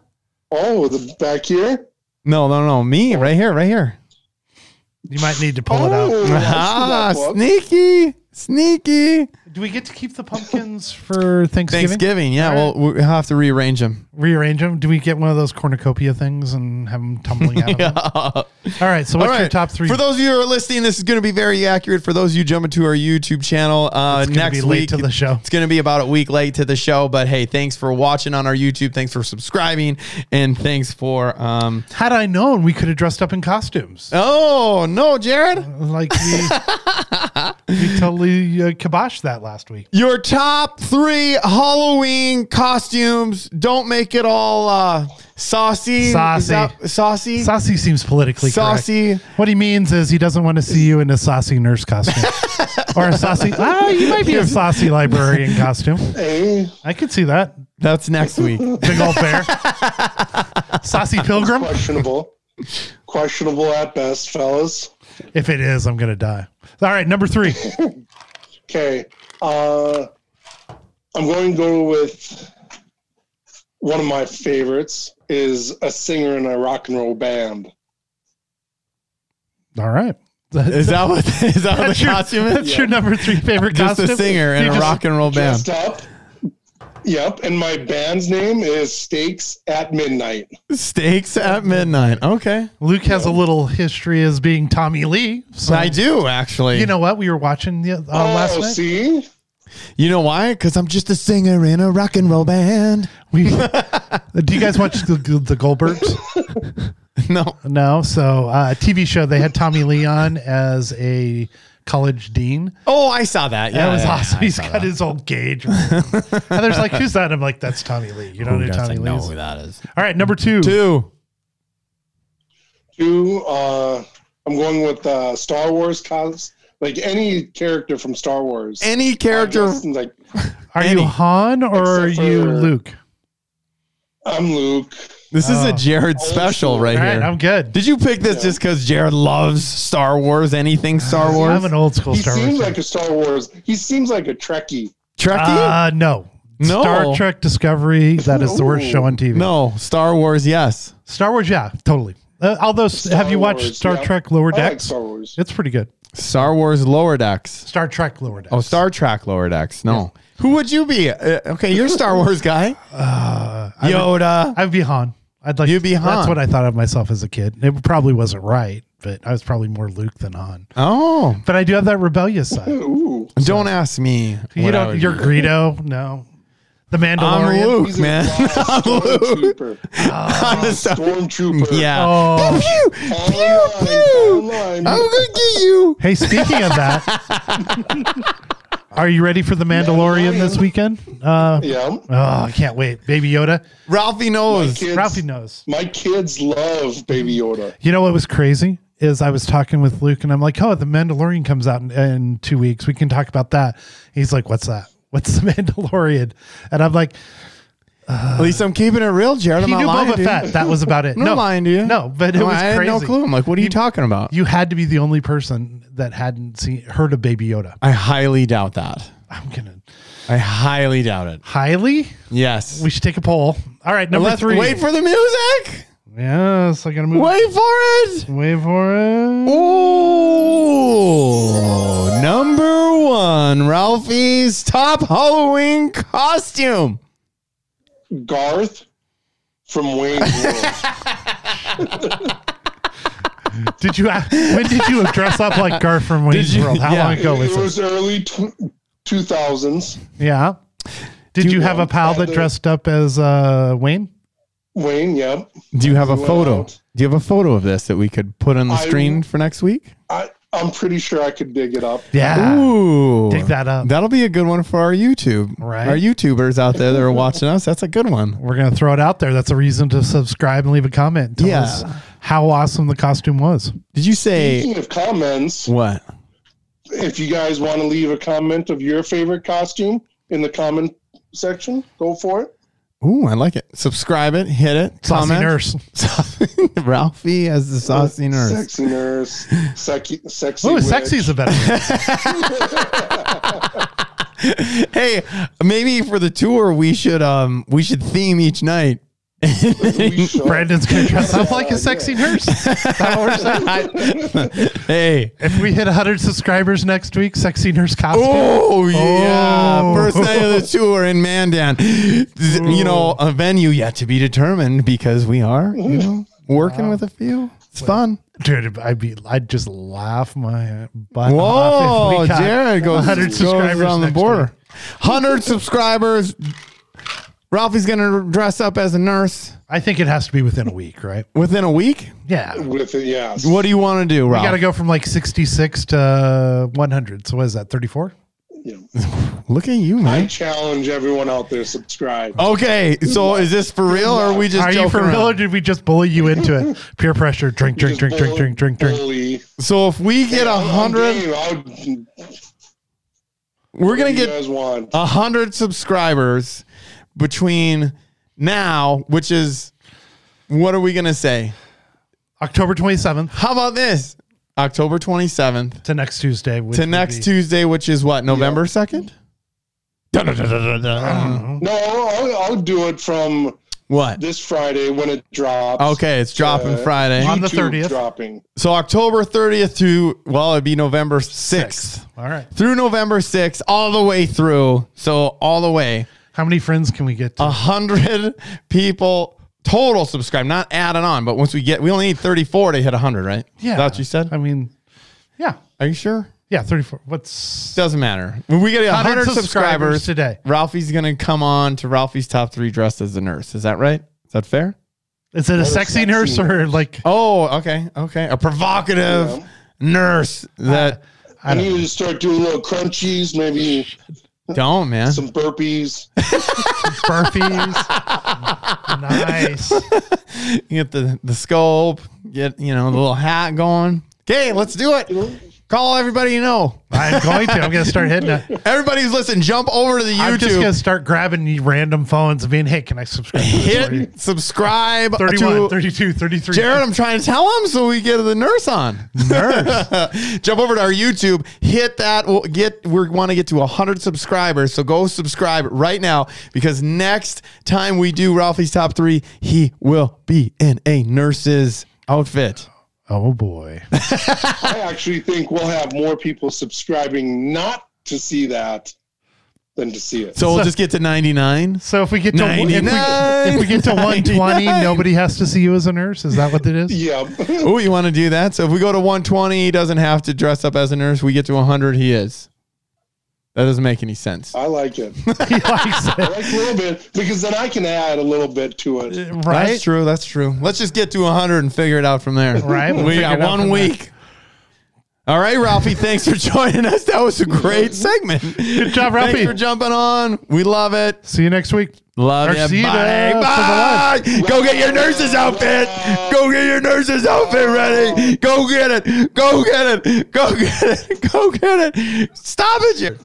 Oh, the back here. No, no, no. Me right here, right here. You might need to pull it Oh, out. I see Ah, that book. sneaky, sneaky. Do we get to keep the pumpkins for Thanksgiving? Thanksgiving. Yeah, All well, we'll have to rearrange them. Rearrange them. Do we get one of those cornucopia things and have them tumbling out? of them? All right. So what's All your right. top three? For those of you who are listening, this is going to be very accurate. For those of you jumping to our YouTube channel, uh, It's gonna next be late week to the show. It's going to be about a week late to the show, but hey, thanks for watching on our YouTube. Thanks for subscribing, and thanks for um. Had I known, we could have dressed up in costumes. Oh no, Jared! Like [LAUGHS] we, we totally uh, kiboshed that last week. Your top three Halloween costumes. Don't make it all uh, saucy. Is Saucy. that- saucy. Saucy seems politically Saucy. correct. What he means is he doesn't want to see you in a saucy nurse [LAUGHS] costume. or a saucy, ah, you might be a saucy librarian costume. Hey, I could see that. That's next [LAUGHS] week. Big [LAUGHS] old bear. saucy pilgrim. questionable. questionable at best, fellas. If it is, I'm going to die. All right, number three. Okay. Uh, I'm going to go with one of my favorites is a singer in a rock and roll band. All right. Is that what? Is that what That's the your, costume [LAUGHS] that's is? your number three favorite Just [LAUGHS] costume. a singer in You a just- rock and roll band. Dressed up. Yep, and my band's name is Steaks at Midnight. Steaks at midnight. Okay. Luke has a little history as being Tommy Lee. So I do actually. You know what? We were watching the uh, last oh, night. see, You know why? Because I'm just a singer in a rock and roll band. [LAUGHS] We, do you guys watch the, the Goldbergs? No. [LAUGHS] No. So uh, TV show they had Tommy Lee on as a college dean. Oh, I saw that. Yeah, that was yeah, awesome. yeah, I He's saw got that. his old gauge. and there's like, who's that? I'm like, that's Tommy Lee. You don't Who know who Tommy doesn't Lee. know Is. who that is? All right, number two. Two. two. Uh, I'm going with uh, Star Wars cos, like any character from Star Wars. Any character. Just, like Are Any. you Han or are Except you for- Luke? I'm Luke. This is a Oh. Jared special right All here. right, I'm good. Did you pick this just because Jared loves Star Wars? Anything Star Wars? I'm an old school he Star Wars. seems fan. like a Star Wars. He seems like a Trekkie. Trekkie? uh, no. No. Star Trek Discovery. That is the worst show on TV. no, Star Wars. Yes. Star Wars. Yeah, totally. Uh, although, s- have you watched Wars, Star yeah. Trek Lower I like Decks? Star Wars. it's pretty good. Star Wars Lower Decks. Star Trek Lower Decks. Oh, Star Trek Lower Decks. No. Who would you be? Uh, okay, you're a [LAUGHS] Star Wars guy. Uh, Yoda. I'd be Han. I'd like You'd be Han. That's what I thought of myself as a kid. It probably wasn't right, but I was probably more Luke than Han. Oh, But I do have that rebellious side. Ooh, don't ask me. you what I don't. would You're be. Greedo. No, the Mandalorian. I'm Luke, he's a man. wild [LAUGHS] stormtrooper. [LAUGHS] I'm a Star- Stormtrooper. yeah. Oh. Pew, pew, Online, pew. online. I'm gonna get you. [LAUGHS] Hey, speaking of that, Are you ready for the Mandalorian this weekend? Uh, Yeah. oh, I can't wait, Baby Yoda. Ralphie My knows. kids, Ralphie knows. My kids love Baby Yoda. You know what was crazy is I was talking with Luke, and I'm like, "Oh, the Mandalorian comes out in, in two weeks. We can talk about that." He's like, "What's that? What's the [LAUGHS] Mandalorian?" And I'm like, At least I'm keeping it real, Jared. I'm "He not knew lying Boba to you. Fett. That was about it." I'm not lying to you. No, but it No, was I crazy. had no clue. I'm like, what are you, talking about? You had to be the only person that hadn't seen heard of Baby Yoda. I highly doubt that. I'm gonna I highly doubt it. highly. Yes. We should take a poll. All right, number Let's three. wait for the music. yes. I gotta move. Wait for it. Wait for it. Ooh, number one, Ralphie's top Halloween costume. Garth from Wayne's [LAUGHS] World. Did you? When did you dress up like [LAUGHS] Garf from Wayne's you- World? How yeah. long ago was this? it was early tw- 2000s. Yeah. Did Do you have a one pal that other- dressed up as uh, Wayne? Wayne, yeah. Do you have a Well- photo? Do you have a photo of this that we could put on the I- screen for next week? I, I'm pretty sure I could dig it up. Yeah. Ooh, Ah, Dig that up. That'll be a good one for our YouTube, Right. Our YouTubers out there that are watching us. That's a good one. We're going to throw it out there. That's a reason to subscribe and leave a comment. Tell Yeah. us how awesome the costume was. Did you say Speaking of comments, what? if you guys want to leave a comment of your favorite costume in the comment section, go for it. Ooh, I like it. Subscribe it, hit it, Saucy comment. nurse. [LAUGHS] Ralphie as the saucy nurse. Sexy nurse. Sexy. sexy Ooh, witch. sexy's a better one. hey, maybe for the tour we should um we should theme each night. We should- Brandon's going to dress up like a sexy [LAUGHS] nurse. That works out. Hey. If we hit 100 subscribers next week, sexy nurse costume. Oh yeah! Oh. First night [LAUGHS] of the tour in Mandan. You know, Oh. a venue yet to be determined because we are, you know, working with a few. It's fun. Dude, I'd, be, I'd just laugh my butt off. Whoa, Jared goes, 100 goes subscribers around the next border. week. [LAUGHS] Hundred subscribers. Ralphie's gonna dress up as a nurse I think it has to be within a week, right? within a week. Yeah. With it, yes. What do you want to do, We got to Ralph? go from like 66 to 100. So what is that, 34? Yeah. Look at you, I man. challenge everyone out there. Subscribe. Oh, Okay, so is this for real, or are we just Are you joking for real or around? did we just bully you into it? Peer pressure, drink, drink, Just drink, drink, drink, drink, drink. bully. So if we get a I'm- I'm hundred, game. I'll- what we're do gonna you get Um, guys want. a hundred subscribers between now, which is what are we gonna say? October 27th How about this? October twenty seventh to next Tuesday. which to would next be- Tuesday, which is what November second. No, I'll, I'll do it from What? this Friday when it drops. Okay, it's dropping Uh, Friday. On the YouTube 30th. Dropping. So October thirtieth to well, it'd be November sixth All right. through November sixth, all the way through. So all the way. How many friends can we get? To? a hundred people total subscribe, not added on. But once we get, we only need thirty-four to hit hundred, right? that's what you said. I mean, yeah. Are you sure? Yeah, 34. What's Doesn't matter. When we get a 100 hundred subscribers subscribers today. Ralphie's gonna come on to Ralphie's top three dressed as a nurse. Is that right? Is that fair? Is it a sexy sexy nurse or like Oh, okay, okay. A provocative Yeah. nurse that I need to start doing little crunchies, maybe don't man. [LAUGHS] some burpees. burpees? nice. You get the the scope, get you know the little hat going. Okay, let's do it. Call everybody you know. I'm going to. I'm going to start hitting it. Everybody who's listening, jump over to the YouTube. I'm just going to start grabbing random phones and being, hey, can I subscribe? to [LAUGHS] this for you?" hit subscribe 31, to 32, 33. Jared. I'm trying to tell him so we get the nurse on. Nurse, [LAUGHS] jump over to our YouTube, hit that. We'll get we want to get to 100 subscribers, so go subscribe right now because next time we do Ralphie's top three, he will be in a nurse's outfit. Oh boy. I actually think we'll have more people subscribing not to see that than to see it. So we'll just get to 99. So if we get to if we, 99. if we get to 120, 99. nobody has to see you as a nurse. Is that what it is? yeah, [LAUGHS] Oh, you want to do that? So if we go to 120, he doesn't have to dress up as a nurse. We get to 100, he is. That doesn't make any sense. I like it. [LAUGHS] He likes I it, like a little bit because then I can add a little bit to it. That's right? true. That's true. Let's just get to 100 and figure it out from there. Right, we'll we figure got it out one from week. All right, Ralphie, thanks for [LAUGHS] joining us. That was a [LAUGHS] great segment. Good job, Ralphie. Thanks for jumping on. We love it. See you next week. Love Or you. see you Bye. there for the Bye. Go get your nurse's outfit. Go get your nurse's outfit ready. Go get it. Go get it. Go get it. Go get it. Stop it. You.